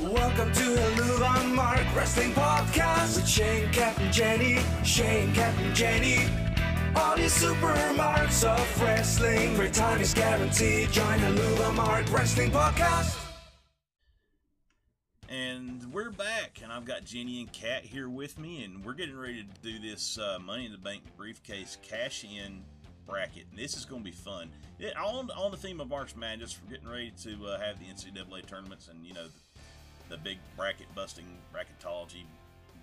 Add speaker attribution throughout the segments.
Speaker 1: Welcome to Hello, I'm Mark Wrestling Podcast with Shane, Captain Jenny, Shane, Captain Jenny. All these super marks of wrestling, great time is guaranteed. Join Hello, I'm Mark Wrestling Podcast.
Speaker 2: And we're back, and I've got Jenny and Kat here with me, and we're getting ready to do this uh, Money in the Bank briefcase cash in bracket. And this is going to be fun. It, on, on the theme of March Madness, we're getting ready to uh, have the NCAA tournaments and, you know, the, the big bracket busting, bracketology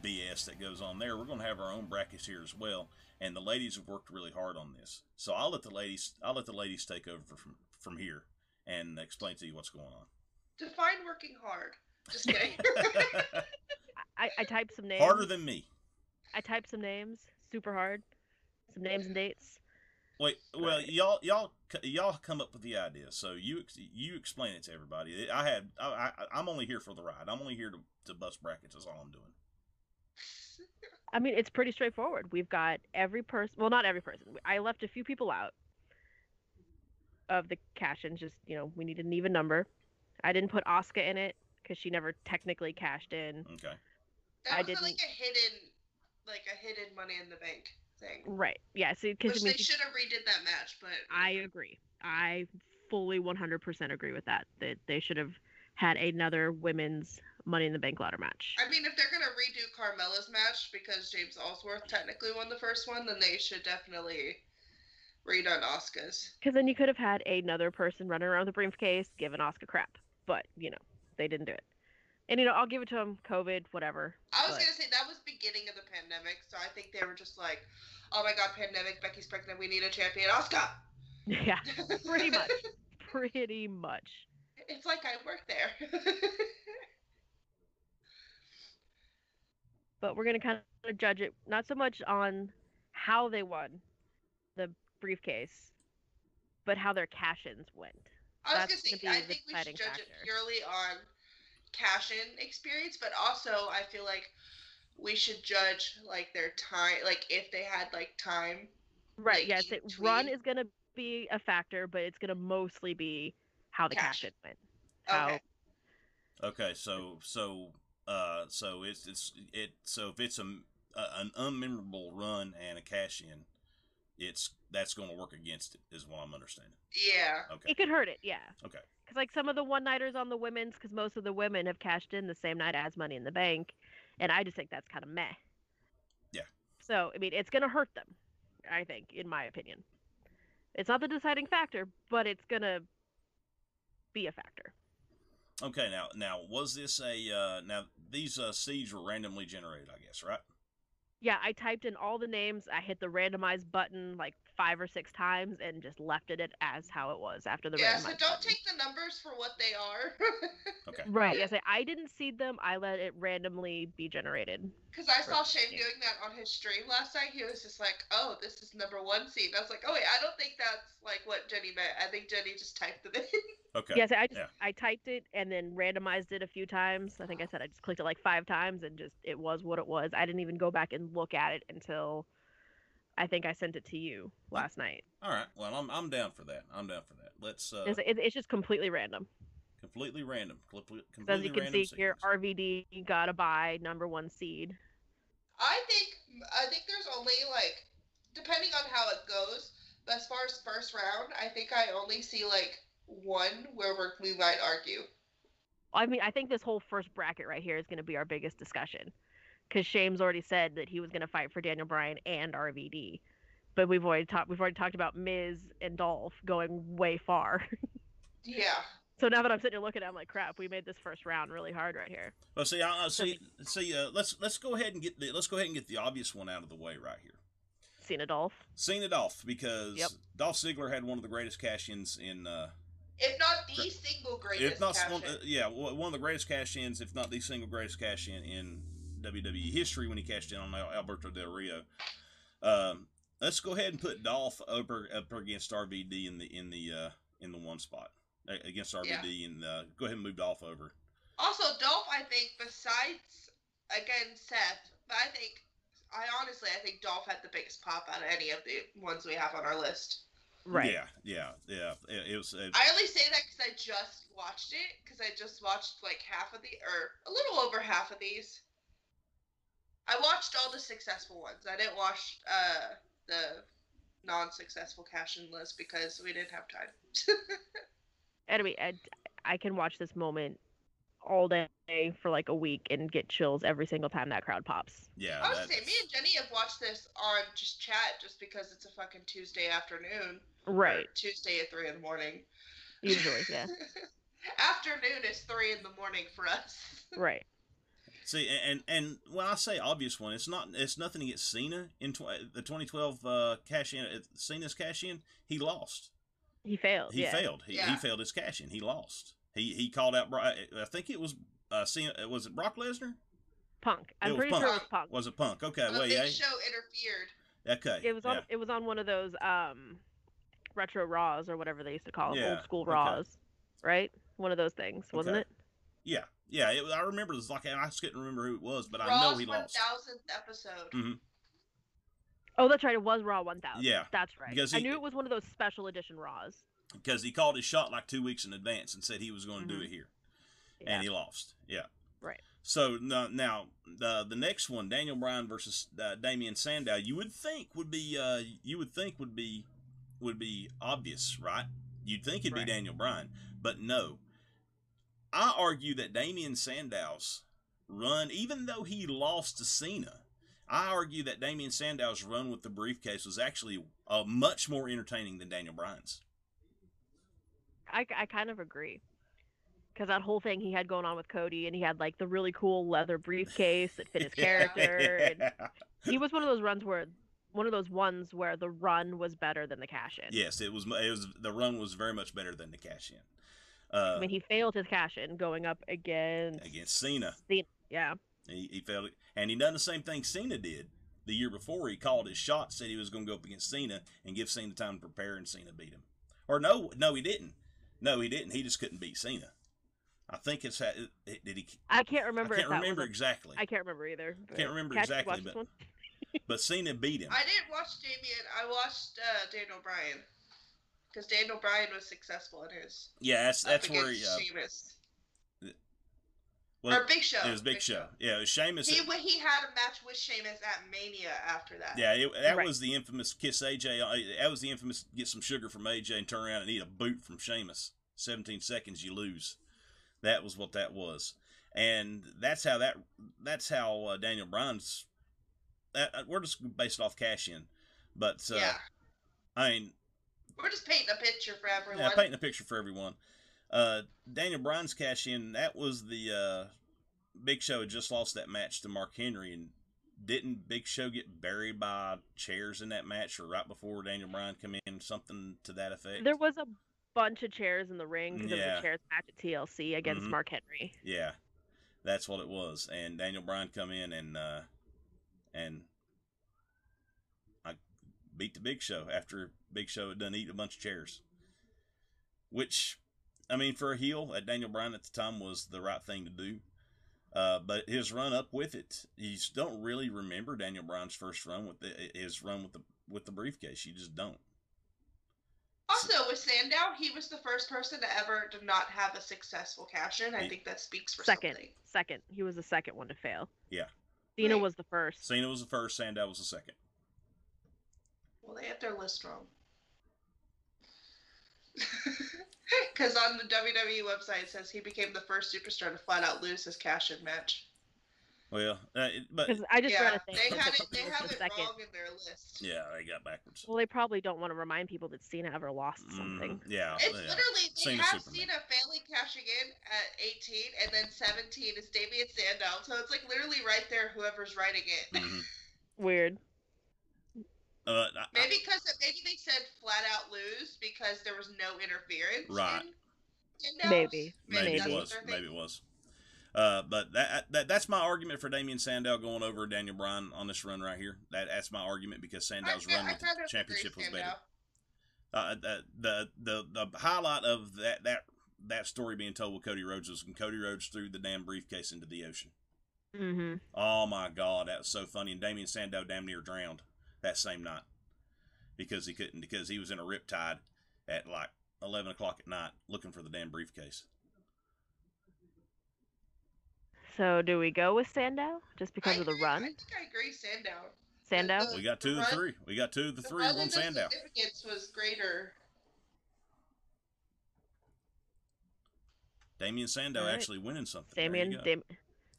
Speaker 2: BS that goes on there. We're going to have our own brackets here as well. And the ladies have worked really hard on this. So I'll let the ladies, I'll let the ladies take over from, from here and explain to you what's going on.
Speaker 3: Define working hard. Just kidding.
Speaker 4: I, I typed some names.
Speaker 2: Harder than me.
Speaker 4: I typed some names super hard. Some names and dates.
Speaker 2: Wait, well, y'all, y'all, y'all come up with the idea, so you you explain it to everybody. I had, I, I, I'm only here for the ride. I'm only here to, to bust brackets. That's all I'm doing.
Speaker 4: I mean, it's pretty straightforward. We've got every person. Well, not every person. I left a few people out of the cash in. Just you know, we need an even number. I didn't put Oscar in it because she never technically cashed in.
Speaker 2: Okay.
Speaker 3: That
Speaker 4: I
Speaker 3: was like
Speaker 4: didn't-
Speaker 3: a hidden, like a hidden Money in the Bank thing.
Speaker 4: Right. Yeah. So because
Speaker 3: Which they should have redid that match, but
Speaker 4: I agree. I fully 100% agree with that. That they should have had another women's Money in the Bank ladder match.
Speaker 3: I mean, if they're gonna redo Carmella's match because James Ellsworth technically won the first one, then they should definitely redone Oscar's.
Speaker 4: Because then you could have had another person running around with a briefcase giving Oscar crap. But you know, they didn't do it. And you know, I'll give it to them. COVID, whatever.
Speaker 3: I was
Speaker 4: but-
Speaker 3: gonna say that was beginning of the pandemic, so I think they were just like, "Oh my God, pandemic! Becky's pregnant. We need a champion, Oscar."
Speaker 4: Yeah, pretty much. pretty much.
Speaker 3: It's like I work there.
Speaker 4: But we're gonna kind of judge it not so much on how they won the briefcase, but how their cash-ins went.
Speaker 3: I was gonna
Speaker 4: That's
Speaker 3: say
Speaker 4: gonna be
Speaker 3: I
Speaker 4: the
Speaker 3: think we should
Speaker 4: deciding
Speaker 3: judge it
Speaker 4: factor.
Speaker 3: purely on cash in experience, but also I feel like we should judge like their time, like if they had like time.
Speaker 4: Right.
Speaker 3: like,
Speaker 4: Yes.
Speaker 3: in
Speaker 4: It, run
Speaker 3: between.
Speaker 4: is going to be a factor, but it's going to mostly be how the
Speaker 3: Cash.
Speaker 4: cash, in went. How
Speaker 3: Okay.
Speaker 2: Okay, so so uh so it's it's it so if it's a, a an unmemorable run and a cash in, it's that's going to work against it is what I'm understanding.
Speaker 3: Yeah.
Speaker 2: Okay,
Speaker 4: it could hurt it. Yeah.
Speaker 2: Okay.
Speaker 4: Because like some of the one-nighters on the women's, because most of the women have cashed in the same night as Money in the Bank, and I just think that's kind of meh.
Speaker 2: Yeah.
Speaker 4: So I mean, it's going to hurt them. I think, in my opinion, it's not the deciding factor, but it's going to be a factor.
Speaker 2: okay. Now now was this a uh now these uh seeds were randomly generated, I guess, right?
Speaker 4: Yeah, I typed in all the names. I hit the randomize button like five or six times and just left it at- as how it was after the
Speaker 3: Yeah.
Speaker 4: randomize.
Speaker 3: So don't
Speaker 4: button.
Speaker 3: take the numbers for what they are,
Speaker 2: Okay,
Speaker 4: Right. Yes, I, I didn't seed them. I let it randomly be generated.
Speaker 3: because I saw
Speaker 4: Right.
Speaker 3: Shane
Speaker 4: Yeah.
Speaker 3: doing that on his stream last night. He was just like, "Oh, this is number one seed." I was like, "Oh wait, I don't think that's like what Jenny meant. I think Jenny just typed it in."
Speaker 2: okay.
Speaker 4: Yes, I just
Speaker 2: Yeah.
Speaker 4: I typed it and then randomized it a few times. I think I said I just clicked it like five times and just it was what it was. I didn't even go back and look at it until I think I sent it to you last night.
Speaker 2: All right. Well, I'm I'm down for that. I'm down for that. Let's uh
Speaker 4: It's, it- it's just completely random.
Speaker 2: completely random. Completely,
Speaker 4: 'Cause
Speaker 2: completely
Speaker 4: as you can see
Speaker 2: random
Speaker 4: here,
Speaker 2: seeds.
Speaker 4: RVD got a buy number one seed.
Speaker 3: I think I think there's only like depending on how it goes, but as far as first round, I think I only see like one where we're, we might argue.
Speaker 4: I mean, I think this whole first bracket right here is going to be our biggest discussion because Shame's already said that he was going to fight for Daniel Bryan and RVD, but we've already talked. We've already talked about Miz and Dolph going way far.
Speaker 3: Yeah.
Speaker 4: so now that I'm sitting here looking, at it, I'm like, crap, we made this first round really hard right here.
Speaker 2: Well, see, I, I see,
Speaker 4: Okay.
Speaker 2: see. Uh, let's let's go ahead and get the let's go ahead and get the obvious one out of the way right here.
Speaker 4: Cena Dolph.
Speaker 2: Cena Dolph because
Speaker 4: Yep.
Speaker 2: Dolph Ziggler had one of the greatest cash-ins in, uh,
Speaker 3: If not the
Speaker 2: Great.
Speaker 3: single greatest.
Speaker 2: if not one,
Speaker 3: cash-in.
Speaker 2: uh, yeah, one one of the greatest cash-ins, if not the single greatest cash-in in WWE history when he cashed in on Al- Alberto Del Rio. Um, let's go ahead and put Dolph over up against RVD in the in the uh, in the one spot A- against RVD and uh, go ahead and move Dolph over.
Speaker 3: Also, Dolph, I think, besides again Seth, but I think I honestly I think Dolph had the biggest pop out of any of the ones we have on our list.
Speaker 4: Right.
Speaker 2: Yeah, yeah, yeah. It, it was. It,
Speaker 3: I only say that because I just watched it because I just watched like half of the or a little over half of these. I watched all the successful ones. I didn't watch uh, the non-successful cash in list because we didn't have time.
Speaker 4: anyway, I, I can watch this moment all day for like a week and get chills every single time that crowd pops.
Speaker 2: yeah.
Speaker 3: I was
Speaker 2: that's-
Speaker 3: say me and Jenny have watched this on just chat just because it's a fucking Tuesday afternoon. or
Speaker 4: Right.
Speaker 3: Tuesday at three in the morning.
Speaker 4: Usually, yeah.
Speaker 3: afternoon is three in the morning for us.
Speaker 4: Right.
Speaker 2: See, and and when I say obvious one, it's not it's nothing against Cena in tw- the 2012 uh, cash in. Cena's cash in, he lost.
Speaker 4: He failed.
Speaker 2: He
Speaker 4: Oh, yeah.
Speaker 2: failed. He, he
Speaker 3: Yeah.
Speaker 2: failed his cash in. He lost. He he called out. Bro- I think it was uh, Cena. Was it Brock Lesnar?
Speaker 4: Punk.
Speaker 2: It
Speaker 4: I'm
Speaker 2: was
Speaker 4: pretty sure it was Punk.
Speaker 2: Was it Punk? Okay,
Speaker 3: Uh,
Speaker 2: well,
Speaker 3: Big
Speaker 2: yeah,
Speaker 3: Show interfered.
Speaker 2: okay.
Speaker 4: It was
Speaker 2: yeah.
Speaker 4: on. It was on one of those um, retro Raws or whatever they used to call them,
Speaker 2: Yeah,
Speaker 4: old school
Speaker 2: okay.
Speaker 4: Raws, right? One of those things, wasn't
Speaker 2: Okay.
Speaker 4: it?
Speaker 2: Yeah, yeah. It, was- I remember it was like I just couldn't remember who it was, but I know
Speaker 3: Raw's
Speaker 2: he
Speaker 3: one
Speaker 2: lost.
Speaker 3: thousandth episode.
Speaker 2: Mm.
Speaker 4: Oh, that's right. It was Raw 1000.
Speaker 2: Yeah,
Speaker 4: that's right.
Speaker 2: because
Speaker 4: I
Speaker 2: he-
Speaker 4: knew it was one of those special edition Raws.
Speaker 2: because he called his shot like two weeks in advance and said he was going to do
Speaker 4: Mhm.
Speaker 2: it here,
Speaker 4: Yeah.
Speaker 2: and he lost. Yeah,
Speaker 4: Right.
Speaker 2: So now, now the the next one, Daniel Bryan versus uh, Damian Sandow, you would think would be uh, you would think would be would be obvious, right? You'd think it'd
Speaker 4: Right.
Speaker 2: be Daniel Bryan, but no. I argue that Damian Sandow's run, even though he lost to Cena, I argue that Damian Sandow's run with the briefcase was actually uh, much more entertaining than Daniel Bryan's.
Speaker 4: I, I kind of agree. Because that whole thing he had going on with Cody, and he had like the really cool leather briefcase that fit his character. And
Speaker 2: Yeah.
Speaker 4: he was one of those runs where, one of those ones where the run was better than the cash in.
Speaker 2: Yes, it was. mu- It was the run was very much better than the cash in uh,
Speaker 4: I mean, he failed his cash in going up against.
Speaker 2: against Cena.
Speaker 4: Cena. Yeah.
Speaker 2: He, he failed, it. and he done the same thing Cena did the year before. He called his shot, said he was going to go up against Cena and give Cena time to prepare, and Cena beat him. Or no, no, he didn't. No, he didn't. He just couldn't beat Cena. I think it's how, it- it, did he?
Speaker 4: I can't remember.
Speaker 2: I can't
Speaker 4: if that
Speaker 2: remember
Speaker 4: Was
Speaker 2: exactly.
Speaker 4: a, I can't remember either. but-
Speaker 2: Can't remember
Speaker 4: Kat, did you
Speaker 2: exactly,
Speaker 4: watch this
Speaker 2: but-
Speaker 4: one?
Speaker 2: But Cena beat him.
Speaker 3: I didn't watch Damien. I watched uh, Daniel Bryan because Daniel Bryan was successful in his.
Speaker 2: yeah, that's
Speaker 3: up
Speaker 2: that's where he.
Speaker 3: against
Speaker 2: Uh,
Speaker 3: Sheamus.
Speaker 2: well,
Speaker 3: or uh, Big Show.
Speaker 2: it was Big Show. Yeah, it was Sheamus.
Speaker 3: He when he had a match with Sheamus at Mania after that.
Speaker 2: Yeah, it, that
Speaker 4: Right.
Speaker 2: was the infamous kiss AJ. uh, That was the infamous get some sugar from AJ and turn around and eat a boot from Sheamus. 17 seconds, you lose. That was what that was, and that's how that that's how uh, Daniel Bryan's. That, uh, we're just based off cash in, but uh,
Speaker 3: yeah.
Speaker 2: I mean,
Speaker 3: We're just painting a picture for everyone.
Speaker 2: yeah, painting a picture for everyone. Uh, Daniel Bryan's cash in. That was the uh, Big Show had just lost that match to Mark Henry, and didn't Big Show get buried by chairs in that match, or right before Daniel Bryan come in, something to that effect?
Speaker 4: There was a bunch of chairs in the ring because of
Speaker 2: Yeah.
Speaker 4: the chairs match at TLC against
Speaker 2: Mhm.
Speaker 4: Mark Henry.
Speaker 2: yeah, that's what it was. And Daniel Bryan come in and uh, and I beat the Big Show after Big Show had done eat a bunch of chairs, which I mean for a heel at Daniel Bryan at the time was the right thing to do. Uh, but his run up with it, you just don't really remember Daniel Bryan's first run with the, uh, his run with the with the briefcase. You just don't.
Speaker 3: Also, with Sandow, he was the first person to ever to not have a successful cash in. I
Speaker 2: He-
Speaker 3: think that speaks for
Speaker 4: Second,
Speaker 3: something.
Speaker 4: second, he was the second one to fail.
Speaker 2: Yeah.
Speaker 4: Cena
Speaker 3: Right.
Speaker 4: was the first.
Speaker 2: Cena was the first, Sandow was the second.
Speaker 3: Well, they had their list wrong. Because on the WWE website it says he became the first superstar to flat out lose his cash in match.
Speaker 2: Well, uh, it- but
Speaker 4: Because I just
Speaker 3: yeah,
Speaker 4: read a thing.
Speaker 3: they
Speaker 4: that
Speaker 3: had it.
Speaker 4: said
Speaker 3: They
Speaker 4: Cena was
Speaker 3: have
Speaker 4: the
Speaker 3: it
Speaker 4: second.
Speaker 3: wrong in their list.
Speaker 2: yeah, they got backwards.
Speaker 4: Well, they probably don't want to remind people that Cena ever lost
Speaker 2: Mhm,
Speaker 4: something.
Speaker 2: yeah,
Speaker 3: It's
Speaker 2: yeah.
Speaker 3: literally they
Speaker 2: Same as
Speaker 3: have
Speaker 2: Superman.
Speaker 3: Cena failing cashing in at 18, and then 17 is Damian Sandow. So it's like literally right there. Whoever's writing it.
Speaker 2: Mhm.
Speaker 4: Weird.
Speaker 2: Uh, I- I-
Speaker 3: Maybe because maybe they said flat out lose because there was no interference.
Speaker 2: Right.
Speaker 3: in Sandow.
Speaker 4: Maybe.
Speaker 2: maybe,
Speaker 4: Maybe.
Speaker 2: it
Speaker 3: that's what
Speaker 2: was.
Speaker 3: they're
Speaker 2: Maybe it was. Uh, but that, that that's my argument for Damian Sandow going over Daniel Bryan on this run right here. That that's my argument because Sandow's
Speaker 3: I- I-
Speaker 2: run
Speaker 3: I
Speaker 2: with the
Speaker 3: kind of agree,
Speaker 2: championship was better.
Speaker 3: Sandow.
Speaker 2: Uh, the, the the the highlight of that that that story being told with Cody Rhodes was when Cody Rhodes threw the damn briefcase into the ocean.
Speaker 4: Mm-hmm.
Speaker 2: Oh my God, that was so funny. And Damian Sandow damn near drowned that same night. because he couldn't because he was in a riptide at like eleven o'clock at night looking for the damn briefcase.
Speaker 4: So do we go with Sandow just because
Speaker 3: I
Speaker 4: of the
Speaker 3: think- I
Speaker 4: run?
Speaker 3: think I agree, Sandow.
Speaker 4: Sandow?
Speaker 3: the-
Speaker 2: We got two of the three. We got two of the
Speaker 3: The
Speaker 2: three.
Speaker 3: run
Speaker 2: One
Speaker 3: and the
Speaker 2: Sandow.
Speaker 3: Significance was greater.
Speaker 2: Damian Sandow
Speaker 4: All right.
Speaker 2: actually winning something. There you
Speaker 4: Damien
Speaker 2: go.
Speaker 4: Dam-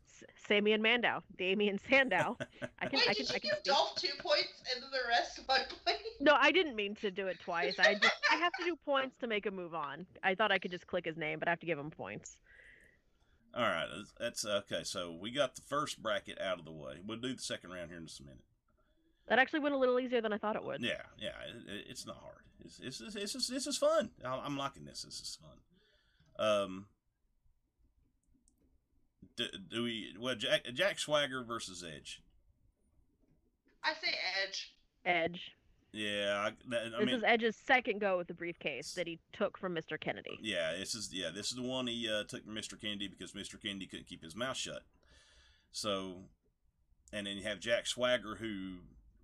Speaker 4: S- Samian Mandow. Damien Sandow. I can
Speaker 3: Wait,
Speaker 4: I
Speaker 3: did
Speaker 4: can
Speaker 3: you
Speaker 4: I can
Speaker 3: give
Speaker 4: speak.
Speaker 3: Dolph two points and then the rest one point?
Speaker 4: No, I didn't mean to do it twice. I just I have to do points to make a move on. I thought I could just click his name, but I have to give him points.
Speaker 2: All right, that's- that's okay. So we got the first bracket out of the way. We'll do the second round here in just a minute.
Speaker 4: That actually went a little easier than I thought it would.
Speaker 2: Yeah, yeah, it, it- it's not hard. It's it's it's, it's, it's, this is fun. I- I'm liking this. This is fun. Um, do, do we well Jack Jack Swagger versus Edge?
Speaker 3: I say Edge.
Speaker 4: Edge.
Speaker 2: Yeah, I, that, I
Speaker 4: this
Speaker 2: mean,
Speaker 4: is Edge's second go with the briefcase that he took from Mr. Kennedy.
Speaker 2: Yeah, this is yeah, this is the one he uh, took from Mr. Kennedy because Mr. Kennedy couldn't keep his mouth shut. So, and then you have Jack Swagger, who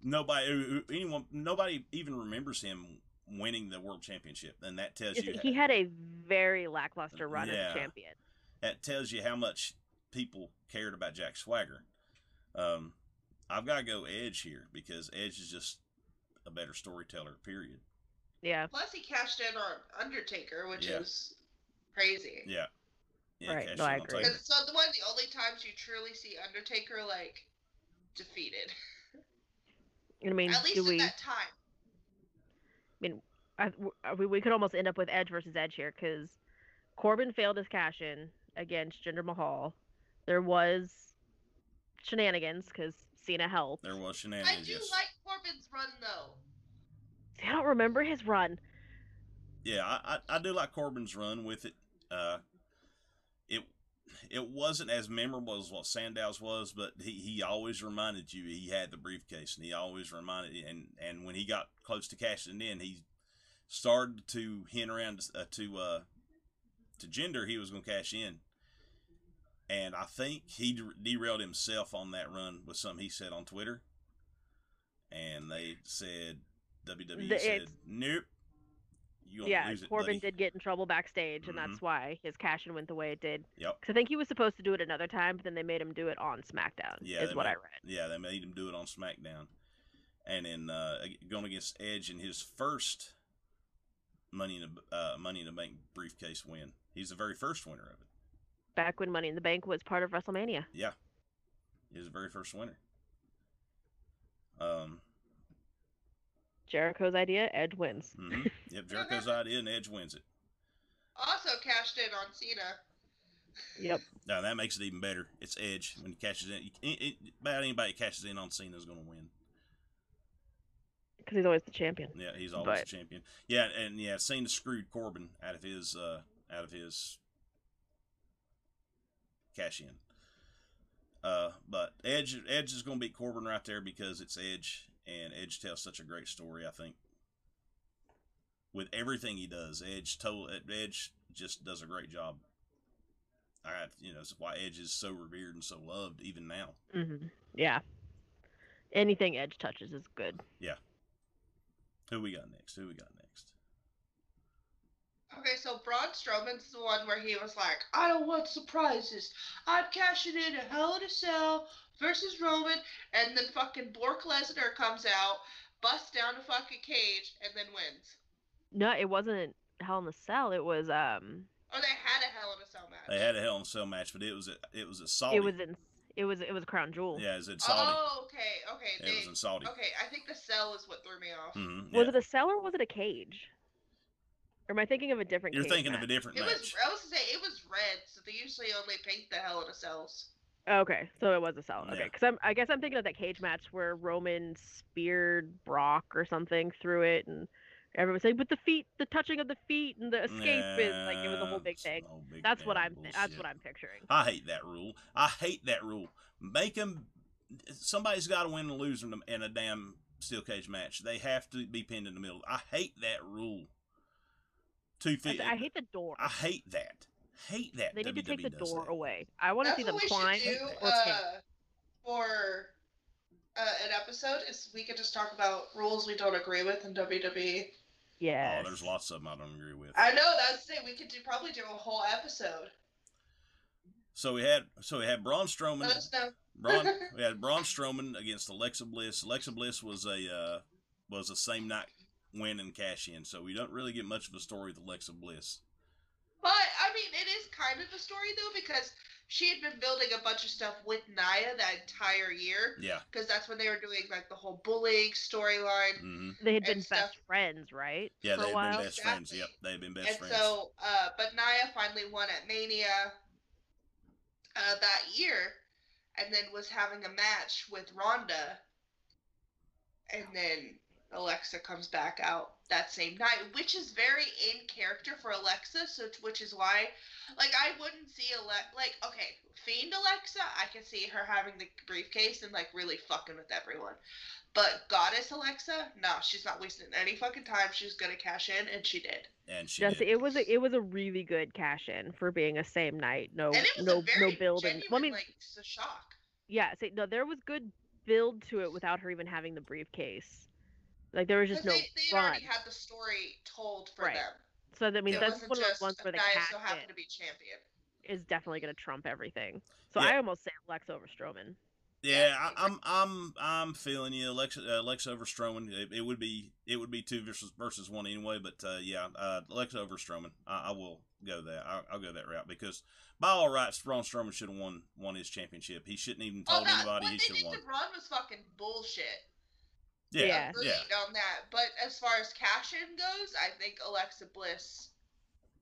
Speaker 2: nobody, who, who- anyone, nobody even remembers him winning the world championship, and that tells
Speaker 4: Just-
Speaker 2: you
Speaker 4: he had a very lackluster run
Speaker 2: Yeah.
Speaker 4: as a champion.
Speaker 2: that tells you how much people cared about Jack Swagger. Um, I've got to go Edge here because Edge is just a better storyteller. Period.
Speaker 4: Yeah.
Speaker 3: Plus he cashed in on Undertaker, which
Speaker 2: Yeah.
Speaker 3: is crazy.
Speaker 2: Yeah, yeah,
Speaker 4: Right,
Speaker 2: cash
Speaker 4: no,
Speaker 2: in
Speaker 4: I
Speaker 2: on
Speaker 4: agree.
Speaker 2: Taker.
Speaker 3: And so the one of the only times you truly see Undertaker like defeated.
Speaker 4: I mean,
Speaker 3: At least
Speaker 4: do
Speaker 3: at
Speaker 4: we?
Speaker 3: that time.
Speaker 4: I, w- I- we, we could almost end up with Edge versus Edge here because Corbin failed his cash in against Jinder Mahal. There was shenanigans because Cena helped.
Speaker 2: There was
Speaker 3: I
Speaker 2: shenanigans.
Speaker 3: do
Speaker 2: yes.
Speaker 3: like Corbin's run though.
Speaker 4: See, I don't remember his run.
Speaker 2: yeah, I, I, I do like Corbin's run with it. Uh, it it wasn't as memorable as what Sandow's was, but he, he always reminded you he had the briefcase, and he always reminded and and when he got close to cashing in, he started to hint around uh, to uh, to gender he was going to cash in, and I think he der- derailed himself on that run with something he said on Twitter, and they said WWE
Speaker 4: The-
Speaker 2: said
Speaker 4: it's-
Speaker 2: nope. You gonna
Speaker 4: Yeah,
Speaker 2: lose it,
Speaker 4: Corbin
Speaker 2: buddy."
Speaker 4: did get in trouble backstage, and
Speaker 2: Mhm.
Speaker 4: that's why his cash in went the way it did.
Speaker 2: Yep.
Speaker 4: Because I think he was supposed to do it another time, but then they made him do it on SmackDown.
Speaker 2: Yeah,
Speaker 4: is
Speaker 2: they
Speaker 4: what
Speaker 2: made-
Speaker 4: I read.
Speaker 2: Yeah, they made him do it on SmackDown, and then uh, ag- going against Edge in his first Money in the uh, Money in the Bank briefcase win. He's the very first winner of it.
Speaker 4: Back when Money in the Bank was part of WrestleMania.
Speaker 2: Yeah, he's the very first winner. Um,
Speaker 4: Jericho's idea, Edge wins.
Speaker 2: mhm. yep, Jericho's idea and Edge wins it.
Speaker 3: Also cashed in on Cena.
Speaker 2: Mm.
Speaker 4: Yep.
Speaker 2: Now that makes it even better. It's Edge when he cashes in. You- it- it- about anybody that cashes in on Cena's going to win.
Speaker 4: Because he's always the champion.
Speaker 2: Yeah, he's always a
Speaker 4: But-
Speaker 2: champion. Yeah, and yeah, Cena screwed Corbin out of his uh out of his cash in. Uh, but Edge Edge is going to beat Corbin right there because it's Edge, and Edge tells such a great story. I think with everything he does, Edge told Edge just does a great job. I you know it's why Edge is so revered and so loved even now.
Speaker 4: hmm Yeah. Anything Edge touches is good.
Speaker 2: Who we got next? Who we got next?
Speaker 3: Okay, so Braun Strowman's the one where he was like, I don't want surprises. I'm cashing in a Hell in a Cell versus Roman, and then fucking Bork Lesnar comes out, busts down a fucking cage, and then wins.
Speaker 4: No, it wasn't Hell in a Cell. It was um.
Speaker 3: Or Oh, they had a Hell in a Cell match.
Speaker 2: They had a Hell in a Cell match, but it was a, it was a solid.
Speaker 4: It was in. It was it was Crown Jewel.
Speaker 2: Oh, Yeah, it's in Saudi.
Speaker 3: oh, okay, okay.
Speaker 2: it was
Speaker 3: They,
Speaker 2: in Saudi.
Speaker 3: okay, I think the cell is what threw me off.
Speaker 2: Mhm,
Speaker 4: Was
Speaker 2: yeah.
Speaker 4: it a cell or was it a cage? Or am I thinking of a different?
Speaker 2: You're
Speaker 4: cage
Speaker 2: thinking of a
Speaker 4: match?
Speaker 2: different
Speaker 3: It was,
Speaker 2: match.
Speaker 3: I was gonna say, it was red, so they usually only paint the Hell in a Cells.
Speaker 4: Okay, so it was a cell. Okay,
Speaker 2: Yeah.
Speaker 4: because I'm I guess I'm thinking of that cage match where Roman speared Brock or something through it, and everyone's saying, "But the feet, the touching of the feet, and the escape is like it was a whole
Speaker 2: Nah,
Speaker 4: big
Speaker 2: it's
Speaker 4: thing."
Speaker 2: no big
Speaker 4: That's what
Speaker 2: damn
Speaker 4: I'm. That's
Speaker 2: bullshit.
Speaker 4: what I'm picturing.
Speaker 2: I hate that rule. I hate that rule. Make them. Somebody's got to win and lose in a- in a damn steel cage match. They have to be pinned in the middle. I hate that rule. Two feet.
Speaker 4: I hate the door.
Speaker 2: I hate that. Hate that.
Speaker 4: They need to take
Speaker 2: WWE
Speaker 4: the
Speaker 2: E does
Speaker 4: door
Speaker 2: that.
Speaker 4: away. I want to
Speaker 3: That's
Speaker 4: see them
Speaker 3: what we
Speaker 4: climb
Speaker 3: should do
Speaker 4: or
Speaker 3: uh,
Speaker 4: take.
Speaker 3: for uh, an episode is we could just talk about rules we don't agree with in WWE.
Speaker 4: Yeah.
Speaker 2: Oh, there's lots of them I don't agree with.
Speaker 3: I know that's it. We could do probably do a whole episode.
Speaker 2: So we had so we had Braun Strowman.
Speaker 3: Let us know.
Speaker 2: Braun, we had Braun Strowman against Alexa Bliss. Alexa Bliss was a uh, was a same night win and cash in, so we don't really get much of a story with Alexa Bliss.
Speaker 3: But I mean, it is kind of a story though because she had been building a bunch of stuff with Naya that entire year
Speaker 2: Yeah.
Speaker 3: because that's when they were doing like the whole bullying storyline.
Speaker 2: hmm
Speaker 4: They had
Speaker 3: and
Speaker 4: been best
Speaker 3: stuff.
Speaker 4: friends, right?
Speaker 2: Yeah,
Speaker 4: for
Speaker 2: they
Speaker 4: a
Speaker 2: had
Speaker 4: while.
Speaker 2: been best friends.
Speaker 3: Exactly.
Speaker 2: Yep, they had been best
Speaker 3: And
Speaker 2: friends.
Speaker 3: so, uh, but Naya finally won at Mania uh, that year, and then was having a match with Ronda, and then Alexa comes back out that same night, which is very in character for Alexa. So, which is why, like, I wouldn't see Alexa. Like, okay, Fiend Alexa, I can see her having the briefcase and like really fucking with everyone. But Goddess Alexa, no, she's not wasting any fucking time. She's gonna cash in, and she did.
Speaker 2: and she
Speaker 4: Jesse,
Speaker 2: did.
Speaker 4: it was a, it was a really good cash in for being a same night. No,
Speaker 3: and it was
Speaker 4: no,
Speaker 3: a very
Speaker 4: no build. and-
Speaker 3: genuine,
Speaker 4: Well, I mean,
Speaker 3: like, it's a shock.
Speaker 4: yeah, see, no, there was good build to it without her even having the briefcase. Like there was just
Speaker 3: 'Cause
Speaker 4: no
Speaker 3: they, they had
Speaker 4: run.
Speaker 3: already had the story told for
Speaker 4: Right.
Speaker 3: them.
Speaker 4: so I mean,
Speaker 3: it
Speaker 4: that's
Speaker 3: wasn't
Speaker 4: one of those
Speaker 3: just
Speaker 4: ones
Speaker 3: a
Speaker 4: where the
Speaker 3: guy
Speaker 4: cash
Speaker 3: so happened to be champion.
Speaker 4: in is definitely going to trump everything. So
Speaker 2: Yeah.
Speaker 4: I almost say Lex over Strowman.
Speaker 2: yeah, I, I'm I'm I'm feeling you, Alexa uh, Alexa over Strowman. It, it would be it would be two versus versus one anyway, but uh, yeah, uh, Alexa over Strowman. I, I will go that. I, I'll go that route because by all rights, Braun Strowman should have won won his championship. He shouldn't even
Speaker 3: Oh,
Speaker 2: told
Speaker 3: that, what
Speaker 2: anybody he
Speaker 3: they
Speaker 2: should
Speaker 3: did
Speaker 2: have won.
Speaker 3: to Braun was fucking bullshit.
Speaker 2: Yeah,
Speaker 4: Yeah.
Speaker 3: Agreed on that. But as far as cash in goes, I think Alexa Bliss.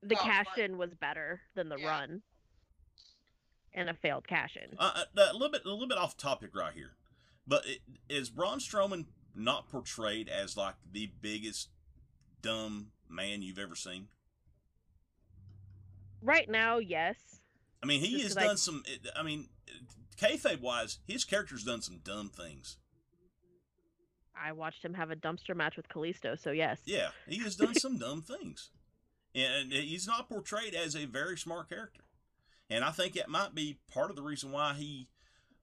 Speaker 4: The
Speaker 3: Oh,
Speaker 4: cash
Speaker 3: fuck.
Speaker 4: in was better than the
Speaker 3: Yeah.
Speaker 4: run, and a failed cash in.
Speaker 2: Uh, uh, a little bit, a little bit off topic right here, but it, is Braun Strowman not portrayed as like the biggest dumb man you've ever seen?
Speaker 4: Right now, yes.
Speaker 2: I mean, he
Speaker 4: Just
Speaker 2: has
Speaker 4: 'cause I-
Speaker 2: done some. I mean, kayfabe wise, his character's done some dumb things.
Speaker 4: I watched him have a dumpster match with Kalisto, so yes.
Speaker 2: Yeah, he has done some dumb things, and he's not portrayed as a very smart character. And I think that might be part of the reason why he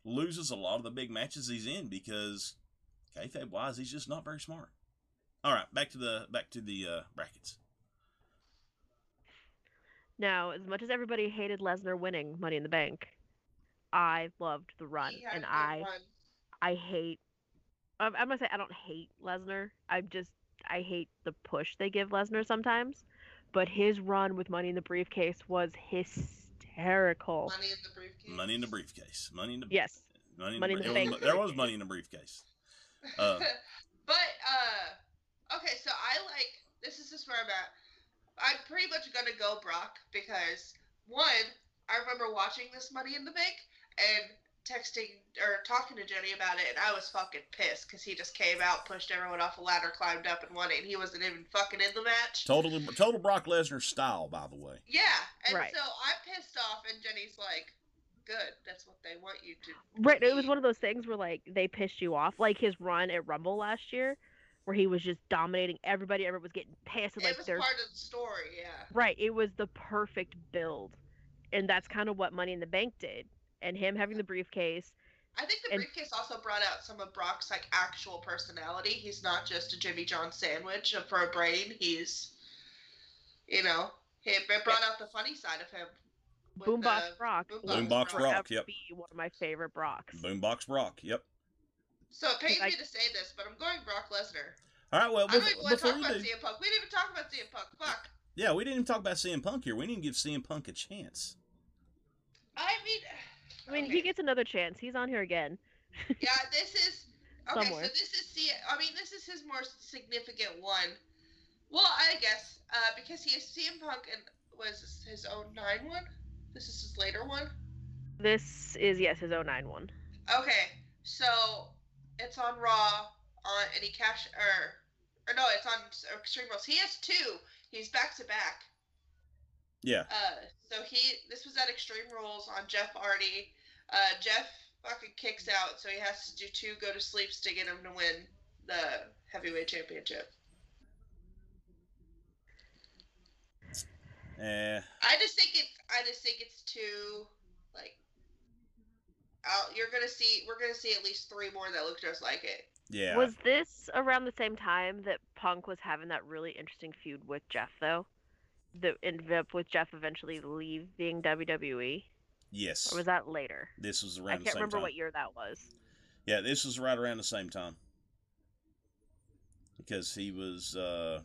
Speaker 2: loses a lot of the big matches he's in because kayfabe wise, he's just not very smart. All right, back to the back to the uh, brackets.
Speaker 4: Now, as much as everybody hated Lesnar winning Money in the Bank, I loved the run,
Speaker 3: he had
Speaker 4: and
Speaker 3: a good
Speaker 4: I
Speaker 3: run.
Speaker 4: I hate. I'm, I'm gonna say I don't hate Lesnar. I just I hate the push they give Lesnar sometimes, but his run with Money in the Briefcase was hysterical.
Speaker 3: Money in the briefcase.
Speaker 2: Money in the briefcase. Money in the
Speaker 4: Yes,
Speaker 2: money in
Speaker 4: Money
Speaker 2: the,
Speaker 4: in the
Speaker 2: there was-
Speaker 4: bank.
Speaker 2: There was money in the briefcase. Uh,
Speaker 3: but uh, okay, so I like this is just where I'm at. I'm pretty much gonna go Brock because one, I remember watching this Money in the Bank and texting or talking to Jenny about it, and I was fucking pissed because he just came out, pushed everyone off a ladder, climbed up, and won it. And he wasn't even fucking in the match.
Speaker 2: total total Brock Lesnar style, by the way.
Speaker 3: Yeah, and
Speaker 4: Right.
Speaker 3: so I'm pissed off, and Jenny's like, "Good, that's what they want you to."
Speaker 4: right. It was
Speaker 3: be."
Speaker 4: one of those things where like they pissed you off, like his run at Rumble last year, where he was just dominating everybody. Everyone was getting pissed, and
Speaker 3: It
Speaker 4: like
Speaker 3: was
Speaker 4: there's
Speaker 3: part of the story, yeah.
Speaker 4: Right. It was the perfect build. And that's kind of what Money in the Bank did. And him having the briefcase.
Speaker 3: I think the
Speaker 4: And-
Speaker 3: briefcase also brought out some of Brock's like actual personality. He's not just a Jimmy John sandwich for a brain. He's, you know, it it brought out the funny side of him. with
Speaker 4: Boombox
Speaker 3: the-
Speaker 4: Brock.
Speaker 3: Boombox
Speaker 4: will
Speaker 2: Boombox
Speaker 4: forever
Speaker 2: Brock, yep.
Speaker 4: Be one of my favorite Brocks.
Speaker 2: Boombox Brock. Yep.
Speaker 3: So it pains
Speaker 4: I-
Speaker 3: me to say this, but I'm going Brock Lesnar.
Speaker 2: All right. Well,
Speaker 3: I don't even
Speaker 2: before,
Speaker 3: want to
Speaker 2: before
Speaker 3: talk
Speaker 2: you
Speaker 3: about
Speaker 2: do,
Speaker 3: CM Punk. We didn't even talk about CM Punk. Fuck.
Speaker 2: yeah, we didn't even talk about CM Punk here. We didn't give CM Punk a chance.
Speaker 3: I mean,
Speaker 4: I mean,
Speaker 3: okay.
Speaker 4: he gets another chance. He's on here again.
Speaker 3: Yeah, this is okay.
Speaker 4: Somewhere.
Speaker 3: So this is see. I mean, this is his more significant one. Well, I guess uh, because he is CM Punk and was his own nine one. This is his later one.
Speaker 4: This is, yes, his 091. one.
Speaker 3: Okay, so it's on Raw on and he cash or or no, it's on Extreme Rules. He has two. He's back to back.
Speaker 2: Yeah.
Speaker 3: Uh, so he this was at Extreme Rules on Jeff Hardy. Uh, Jeff fucking kicks out, so he has to do two go to sleeps to get him to win the heavyweight championship.
Speaker 2: Eh, eh,
Speaker 3: I just think it's I just think it's too like I'll, you're gonna see. We're gonna see at least three more that look just like it.
Speaker 2: Yeah.
Speaker 4: Was this around the same time that Punk was having that really interesting feud with Jeff, though? That ended up with Jeff eventually leaving WWE,
Speaker 2: yes.
Speaker 4: or was that later?
Speaker 2: this was around
Speaker 4: I
Speaker 2: the
Speaker 4: can't
Speaker 2: same
Speaker 4: remember
Speaker 2: time.
Speaker 4: what year that was.
Speaker 2: Yeah, this was right around the same time. Because he was, uh,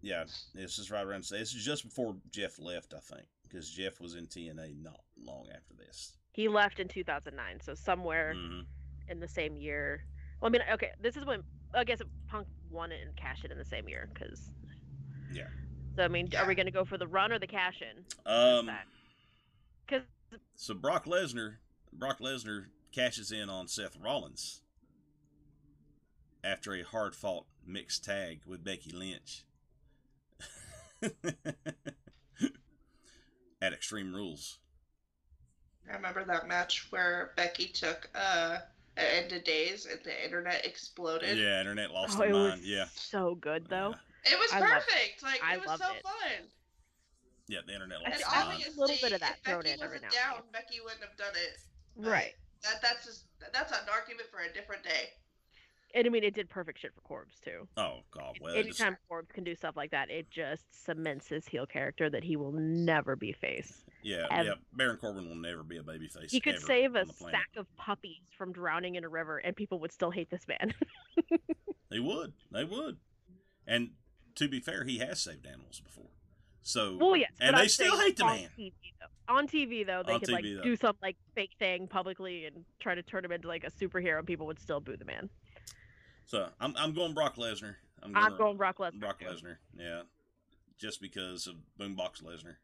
Speaker 2: yeah, this is right around. This is just before Jeff left, I think. Because Jeff was in TNA not long after this.
Speaker 4: He left in 2009, so somewhere
Speaker 2: hmm
Speaker 4: in the same year. Well, I mean, okay, this is when I guess Punk won it and cashed it in the same year, because.
Speaker 2: Yeah.
Speaker 4: So I mean, are we
Speaker 3: Yeah.
Speaker 4: gonna go for the run or the cash in?
Speaker 2: Um,
Speaker 4: Because
Speaker 2: so Brock Lesnar, Brock Lesnar cashes in on Seth Rollins after a hard fought mixed tag with Becky Lynch at Extreme Rules.
Speaker 3: I remember that match where Becky took uh an end of days and the internet exploded.
Speaker 2: Yeah, internet lost
Speaker 4: oh, it
Speaker 2: their
Speaker 4: was
Speaker 2: mind. Yeah. Oh,
Speaker 4: so good though.
Speaker 2: Yeah.
Speaker 3: It was
Speaker 4: I loved-
Speaker 3: perfect. like
Speaker 4: I
Speaker 3: it was
Speaker 4: loved
Speaker 3: so
Speaker 4: it.
Speaker 3: fun.
Speaker 2: Yeah, the internet
Speaker 4: I
Speaker 2: lost
Speaker 3: And
Speaker 4: think
Speaker 2: its
Speaker 4: I-
Speaker 2: mind.
Speaker 3: obviously,
Speaker 4: a little bit of that
Speaker 3: if
Speaker 4: thrown
Speaker 3: Becky
Speaker 4: in every
Speaker 3: wasn't
Speaker 4: now and
Speaker 3: down,
Speaker 4: then.
Speaker 3: Becky wouldn't have done it. but
Speaker 4: Right.
Speaker 3: That that's just that's an argument for a different day.
Speaker 4: And I mean, it did perfect shit for Corbs too.
Speaker 2: Oh God, well, it just-
Speaker 4: Anytime Corbs can do stuff like that, it just cements his heel character that he will never be face.
Speaker 2: yeah,
Speaker 4: ev-
Speaker 2: yeah. Baron Corbin will never be a babyface.
Speaker 4: He could
Speaker 2: ever
Speaker 4: save a
Speaker 2: on the planet.
Speaker 4: sack of puppies from drowning in a river, and people would still hate this man.
Speaker 2: They would, they would. And to be fair, he has saved animals before. So
Speaker 4: well, yes,
Speaker 2: And
Speaker 4: but
Speaker 2: they
Speaker 4: I'm
Speaker 2: still
Speaker 4: saying
Speaker 2: hate the
Speaker 4: on
Speaker 2: man.
Speaker 4: TV, though. On TV though, they
Speaker 2: On
Speaker 4: could like
Speaker 2: TV, though.
Speaker 4: do some like fake thing publicly and try to turn him into like a superhero, and people would still boo the man.
Speaker 2: So I'm I'm going Brock Lesnar. I'm going,
Speaker 4: I'm going Brock Lesnar.
Speaker 2: Brock
Speaker 4: too.
Speaker 2: Lesnar. Yeah, just because of Boombox Lesnar.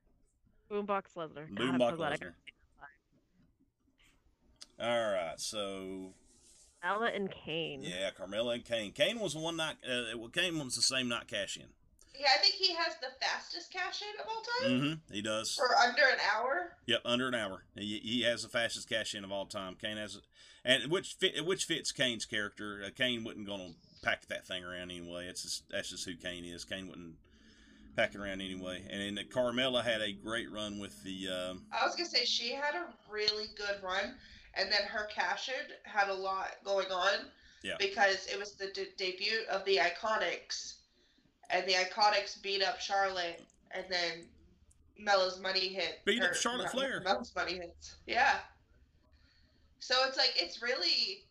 Speaker 4: Boombox Lesnar. God, I'm so
Speaker 2: Boombox
Speaker 4: glad I
Speaker 2: Lesnar. All right, so
Speaker 4: got Ella and Kane.
Speaker 2: yeah, Carmella and Kane. Kane was one night. Uh, well, Kane was the same night cash in.
Speaker 3: Yeah, I think he has the fastest cash in of all time,
Speaker 2: Mm-hmm. He does.
Speaker 3: or under an hour.
Speaker 2: Yep, under an hour. He, he has the fastest cash in of all time. Kane has, and which fit, which fits Kane's character. Uh, Kane wasn't gonna pack that thing around anyway. It's just that's just who Kane is. Kane wouldn't pack it around anyway. And then Carmella had a great run with the. Um,
Speaker 3: I was gonna say she had a really good run, and then her cash in had a lot going on.
Speaker 2: Yeah.
Speaker 3: Because it was the de- debut of the Iconics, and the Iconics beat up Charlotte, and then Melo's money hit.
Speaker 2: Beat up
Speaker 3: or
Speaker 2: Charlotte
Speaker 3: not
Speaker 2: Flair.
Speaker 3: Melo's money hits. Yeah. So it's like it's really,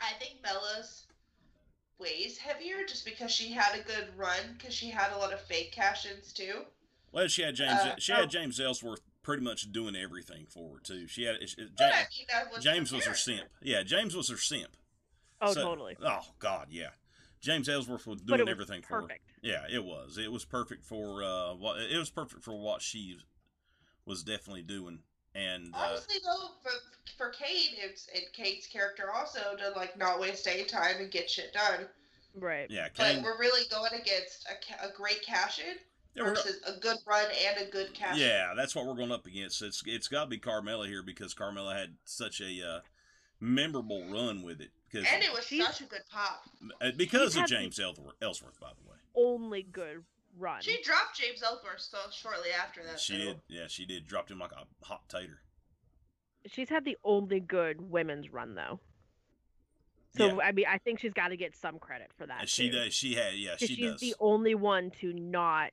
Speaker 3: I think Melo's weighs heavier just because she had a good run because she had a lot of fake cash ins too.
Speaker 2: well, she had James.
Speaker 3: Uh,
Speaker 2: she
Speaker 3: oh.
Speaker 2: had James Ellsworth pretty much doing everything for her too. She had James.
Speaker 3: But I mean, that was
Speaker 2: James was her
Speaker 3: character.
Speaker 2: simp. Yeah, James was her simp.
Speaker 4: Oh,
Speaker 2: So-
Speaker 4: totally.
Speaker 2: Oh God, yeah. James Ellsworth was
Speaker 4: But
Speaker 2: doing
Speaker 4: it was
Speaker 2: everything for her.
Speaker 4: perfect.
Speaker 2: Yeah, it was. It was perfect for uh, what it was perfect for what she was definitely doing, and uh,
Speaker 3: Honestly, though, for, for Kane, it's and Kane's character also to like not waste any time and get shit done.
Speaker 4: Right.
Speaker 2: yeah,
Speaker 3: But
Speaker 2: Kane.
Speaker 3: we're really going against a, ca- a great cash in
Speaker 2: yeah, we're-
Speaker 3: versus a good run and a good cash. in.
Speaker 2: yeah, that's what we're going up against. It's it's got to be Carmella here because Carmella had such a uh, memorable run with it because
Speaker 3: and it was
Speaker 4: She's-
Speaker 3: such a good pop.
Speaker 2: uh, because
Speaker 4: she's
Speaker 2: of
Speaker 4: had the-
Speaker 2: James Ellsworth, Ellsworth, by the way.
Speaker 4: Only good run.
Speaker 3: She dropped James Ellsworth so shortly after that.
Speaker 2: She
Speaker 3: though.
Speaker 2: did, yeah, she did. Dropped him like a hot tater.
Speaker 4: She's had the only good women's run though. So
Speaker 2: Yeah.
Speaker 4: I mean, I think she's got to get some credit for that.
Speaker 2: And she
Speaker 4: too.
Speaker 2: does. She had, yeah,
Speaker 4: 'Cause
Speaker 2: she
Speaker 4: she's
Speaker 2: does.
Speaker 4: the only one to not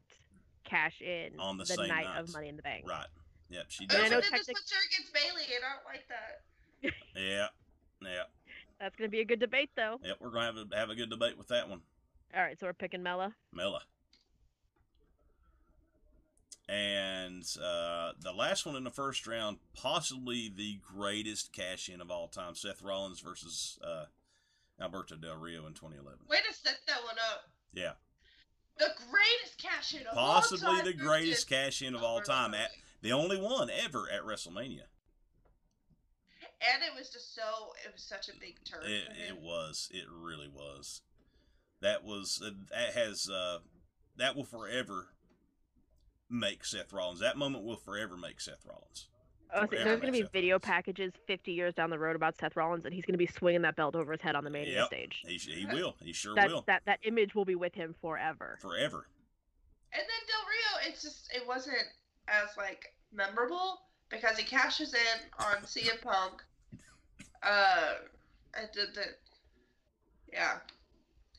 Speaker 4: cash in
Speaker 2: On the same
Speaker 4: night
Speaker 2: night.
Speaker 4: of Money in the Bank.
Speaker 2: Right. Yep, she
Speaker 3: I
Speaker 4: And
Speaker 2: does.
Speaker 4: I
Speaker 3: also
Speaker 4: know
Speaker 2: it.
Speaker 3: did this
Speaker 4: technic-
Speaker 3: with her against Bailey, and I don't like that.
Speaker 2: Yeah, yeah,
Speaker 4: That's gonna be a good debate though.
Speaker 2: yeah. We're gonna have a, have a good debate with that one.
Speaker 4: All right, so we're picking Mela.
Speaker 2: Mela. And uh, the last one in the first round, possibly the greatest cash in of all time, Seth Rollins versus uh, Alberto Del Rio in 2011.
Speaker 3: Way to set that one up.
Speaker 2: Yeah.
Speaker 3: The greatest cash in of all
Speaker 2: Possibly
Speaker 3: time
Speaker 2: the
Speaker 3: versus
Speaker 2: greatest cash in of all
Speaker 3: Alberto
Speaker 2: time, eh?
Speaker 3: Del
Speaker 2: at,
Speaker 3: Rio.
Speaker 2: the only one ever at WrestleMania.
Speaker 3: and it was just so it was such a big turn.
Speaker 2: It,
Speaker 3: for
Speaker 2: it
Speaker 3: him.
Speaker 2: was. It really was. That was. Uh, that has. Uh, that will forever make Seth Rollins. That moment will forever make Seth Rollins.
Speaker 4: Oh,
Speaker 2: Forever
Speaker 4: so there's gonna
Speaker 2: makes
Speaker 4: be
Speaker 2: Seth
Speaker 4: video
Speaker 2: Rollins.
Speaker 4: packages 50 years down the road about Seth Rollins, and he's gonna be swinging that belt over his head on the Mania
Speaker 2: Yep.
Speaker 4: stage.
Speaker 2: He, sh- he will. He sure
Speaker 4: That,
Speaker 2: will.
Speaker 4: that that image will be with him forever.
Speaker 2: Forever.
Speaker 3: And then Del Rio, it's just it wasn't as like memorable because he cashes in on CM Punk Uh, I did that. Yeah.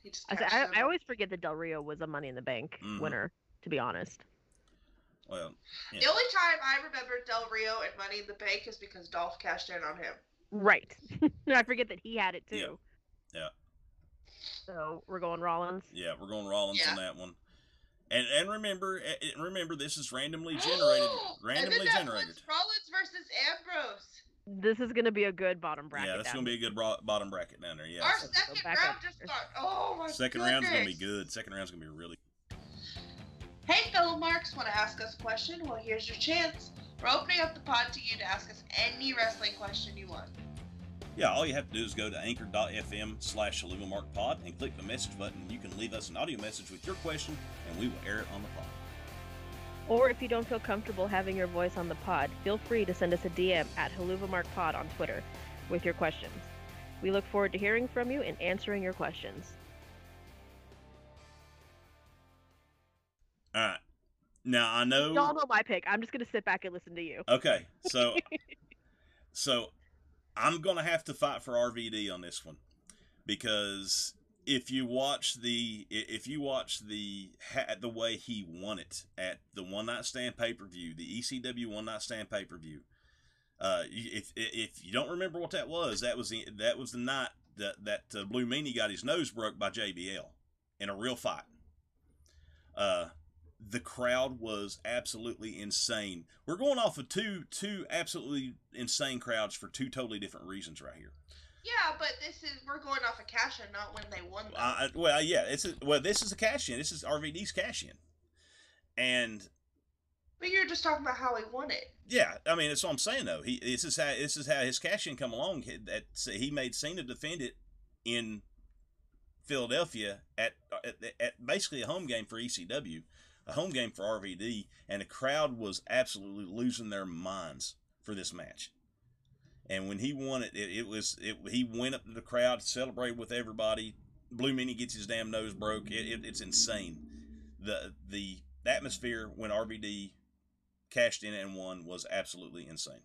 Speaker 3: He just
Speaker 4: I, said,
Speaker 3: catches
Speaker 4: I,
Speaker 3: them.
Speaker 4: I always forget that Del Rio was a Money in the Bank
Speaker 2: Mhm.
Speaker 4: winner. To be honest,
Speaker 2: Well,
Speaker 3: The only time I remember Del Rio and Money in the Bank is because Dolph cashed in on him.
Speaker 4: right? I forget that he had it
Speaker 2: Yeah.
Speaker 4: too.
Speaker 2: Yeah.
Speaker 4: So we're going Rollins.
Speaker 2: yeah, we're going Rollins
Speaker 3: Yeah.
Speaker 2: on that one. And and remember, eh, eh, remember this is randomly generated.
Speaker 3: and then
Speaker 2: randomly
Speaker 3: that
Speaker 2: generated.
Speaker 3: was Rollins versus Ambrose.
Speaker 4: This is gonna be a good bottom bracket.
Speaker 2: yeah, that's
Speaker 4: then.
Speaker 2: gonna be a good bro- bottom bracket down there. Yeah.
Speaker 3: Our
Speaker 2: So
Speaker 4: let's go
Speaker 3: second
Speaker 4: back
Speaker 3: round
Speaker 4: up
Speaker 3: just
Speaker 4: here.
Speaker 3: got. Oh my
Speaker 2: second
Speaker 3: goodness.
Speaker 2: round's gonna be good. Second round's gonna be really.
Speaker 3: Hey, fellow marks, want to ask us a question? Well, here's your chance. We're opening up the pod to you to ask us any wrestling question you want.
Speaker 2: Yeah, all you have to do is go to anchor.fm slash Pod and click the message button. You can leave us an audio message with your question, and we will air it on the pod.
Speaker 4: Or if you don't feel comfortable having your voice on the pod, feel free to send us a DM at HaluvaMarkPod on Twitter with your questions. We look forward to hearing from you and answering your questions.
Speaker 2: All right. Now I know.
Speaker 4: Y'all know my pick. I'm just gonna sit back and listen to you.
Speaker 2: Okay, so so I'm gonna have to fight for RVD on this one because if you watch the i- if you watch the ha- the way he won it at the one night stand pay per view, the ECW one night stand pay per view. Uh, you- if if you don't remember what that was, that was the that was the night that that uh, Blue Meanie got his nose broke by JBL in a real fight. Uh, the crowd was absolutely insane. We're going off of two two absolutely insane crowds for two totally different reasons right here.
Speaker 3: Yeah, but this is we're going off of cash and not when they won. Them.
Speaker 2: Uh, I, I- well, yeah, it's a, well this is a cash in. This is RVD's cash in, and
Speaker 3: but you're just talking about how he won it.
Speaker 2: yeah, I mean that's what I'm saying though. He this is how this is how his cash in come along. He- That he made Cena defend it in Philadelphia at, at at basically a home game for ECW, a home game for RVD, and the crowd was absolutely losing their minds for this match. And when he won it, it, it was it, he went up to the crowd, celebrated with everybody. Blue Mini gets his damn nose broke. It, it, it's insane. The the atmosphere when RVD cashed in and won was absolutely insane.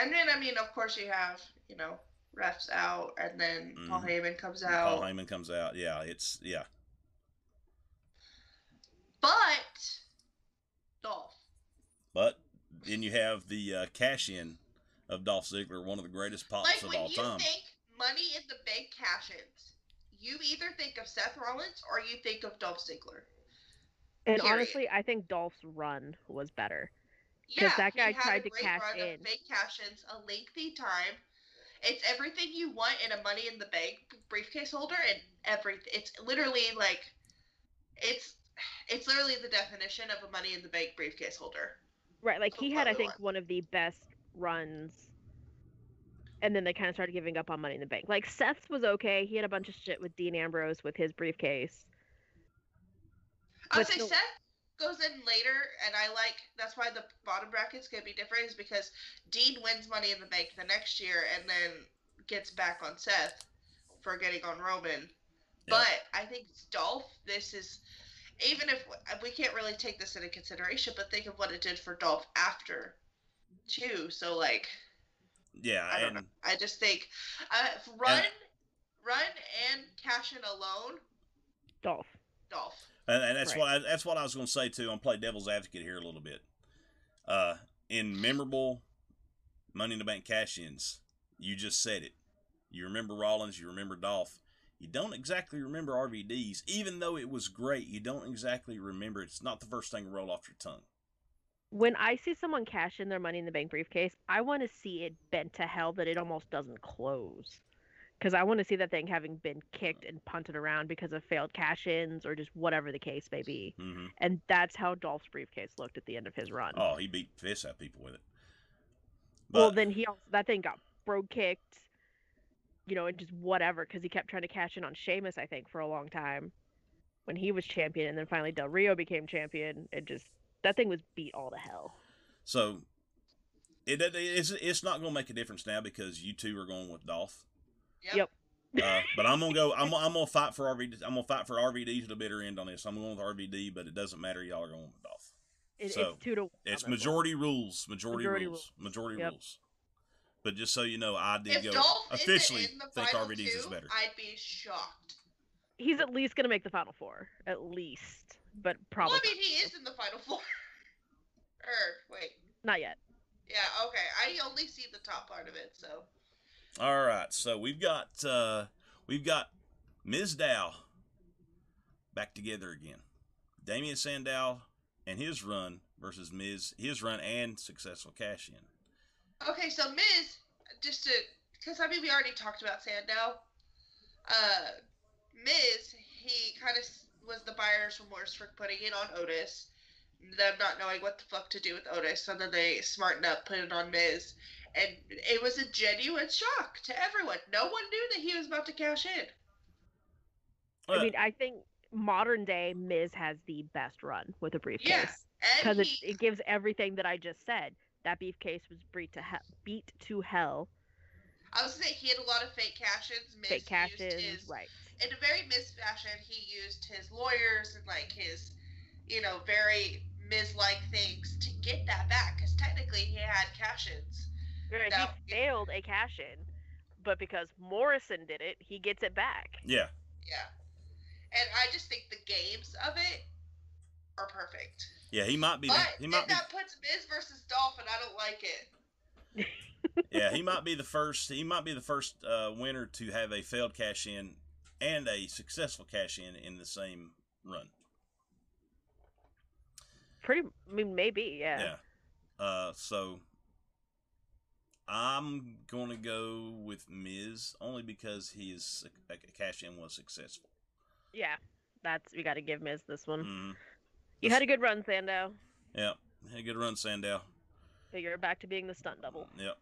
Speaker 3: And then I mean, of course, you have you know refs out, and then Paul
Speaker 2: Mhm.
Speaker 3: Heyman comes
Speaker 2: When Paul
Speaker 3: out.
Speaker 2: Heyman comes out. Yeah, it's yeah.
Speaker 3: But Dolph.
Speaker 2: But then you have the uh, cash in of Dolph Ziggler, one of the greatest pops
Speaker 3: Like
Speaker 2: of all
Speaker 3: when you
Speaker 2: time.
Speaker 3: think money in the bank cash-ins, you either think of Seth Rollins or you think of Dolph Ziggler.
Speaker 4: And
Speaker 3: Period.
Speaker 4: honestly, I think Dolph's run was better.
Speaker 3: Yeah,
Speaker 4: that guy
Speaker 3: he had
Speaker 4: tried
Speaker 3: a
Speaker 4: to
Speaker 3: great
Speaker 4: cash
Speaker 3: run
Speaker 4: in.
Speaker 3: Of fake cash-ins, a lengthy time. It's everything you want in a money in the bank briefcase holder, and everything. It's literally like, it's it's literally the definition of a money in the bank briefcase holder.
Speaker 4: Right, like he had, I
Speaker 3: Completely
Speaker 4: think, one of the best runs. And then they kind of started giving up on Money in the Bank. Like Seth's was okay. He had a bunch of shit with Dean Ambrose with his briefcase.
Speaker 3: I would
Speaker 4: But
Speaker 3: say
Speaker 4: the-
Speaker 3: Seth goes in later, and I like that's why the bottom brackets could be different is because Dean wins Money in the Bank the next year, and then gets back on Seth for getting on Roman.
Speaker 2: Yeah.
Speaker 3: But I think Dolph, this is even if we can't really take this into consideration, but think of what it did for Dolph after too. So like,
Speaker 2: yeah,
Speaker 3: I don't
Speaker 2: and
Speaker 3: know. I just think uh, if run, run, and cash in alone,
Speaker 4: Dolph.
Speaker 3: Dolph.
Speaker 2: and, and that's
Speaker 4: Right.
Speaker 2: what I, that's what I was going to say too. I'm play devil's advocate here a little bit. Uh, in memorable Money in the Bank cash-ins, you just said it. You remember Rollins, you remember Dolph. You don't exactly remember RVD's, even though it was great. You don't exactly remember. it. It's not the first thing to roll off your tongue.
Speaker 4: When I see someone cash in their Money in the Bank briefcase, I want to see it bent to hell that it almost doesn't close. Because I want to see that thing having been kicked and punted around because of failed cash ins or just whatever the case may be.
Speaker 2: hmm
Speaker 4: And that's how Dolph's briefcase looked at the end of his run.
Speaker 2: Oh, he beat the piss out of people with it.
Speaker 4: well, then he also, that thing got bro kicked, you know, and just whatever because he kept trying to cash in on Sheamus, I think, for a long time when he was champion, and then finally Del Rio became champion. It just that thing was beat all to hell.
Speaker 2: So it, it- it's it's not going to make a difference now because you two are going with Dolph.
Speaker 4: Yep.
Speaker 2: Uh, but I'm gonna go. I'm, I'm gonna fight for RVD. I'm gonna fight for RVD to the bitter end on this. I'm going with RVD, but it doesn't matter. Y'all are going with Dolph.
Speaker 4: It,
Speaker 2: So,
Speaker 4: it's two to one.
Speaker 2: It's
Speaker 4: on this one.
Speaker 2: majority rules. Majority,
Speaker 4: Majority
Speaker 2: rules.
Speaker 4: rules.
Speaker 2: Majority
Speaker 4: Yep.
Speaker 2: rules. But just so you know, I did
Speaker 3: If
Speaker 2: go
Speaker 3: Dolph
Speaker 2: officially
Speaker 3: isn't in the
Speaker 2: think
Speaker 3: final
Speaker 2: RVD
Speaker 3: two,
Speaker 2: is better.
Speaker 3: I'd be shocked.
Speaker 4: He's at least gonna make the final four, at least, but probably
Speaker 3: Well, I mean, he is in the final four. or wait,
Speaker 4: not yet.
Speaker 3: yeah, okay. I only see the top part of it, so
Speaker 2: All right, so we've got uh we've got Ms. Dow back together again. Damian Sandow and his run versus Ms. his run and successful cash in.
Speaker 3: okay. So Miz, just to, because I mean, we already talked about Sandow. Uh, Miz, he kind of was the buyer's remorse for putting it on Otis. Them not knowing what the fuck to do with Otis, and then they smartened up, put it on Miz, and it was a genuine shock to everyone. No one knew that he was about to cash in.
Speaker 2: Uh,
Speaker 4: I mean, I think modern day Miz has the best run with a briefcase.
Speaker 3: and
Speaker 4: because it,
Speaker 3: he
Speaker 4: it gives everything that I just said. That beefcase was beat to hell, beat to hell.
Speaker 3: I was gonna say he had a lot of fake cash-ins. Miz
Speaker 4: Fake cash
Speaker 3: used
Speaker 4: is
Speaker 3: his,
Speaker 4: right.
Speaker 3: in a very Miz fashion. He used his lawyers and like his, you know, very Miz-like things to get that back because technically he had cash-ins.
Speaker 4: Granted,
Speaker 3: Now-
Speaker 4: he failed a cash in, but because Morrison did it, he gets it back.
Speaker 2: yeah.
Speaker 3: Yeah, and I just think the games of it are perfect.
Speaker 2: Yeah, he might be
Speaker 3: But
Speaker 2: he
Speaker 3: then
Speaker 2: might be
Speaker 3: that puts Miz versus Dolph, and I don't like it.
Speaker 2: yeah, he might be the first. He might be the first uh, winner to have a failed cash in and a successful cash in in the same run.
Speaker 4: Pretty, I mean, maybe, yeah.
Speaker 2: Yeah. Uh, so I'm gonna go with Miz only because his cash in was successful.
Speaker 4: Yeah, that's we got to give Miz this one.
Speaker 2: Mhm.
Speaker 4: You had a good run, Sandow,
Speaker 2: Yeah, had a good run, Sandow.
Speaker 4: but you're back to being the stunt double.
Speaker 2: Yep.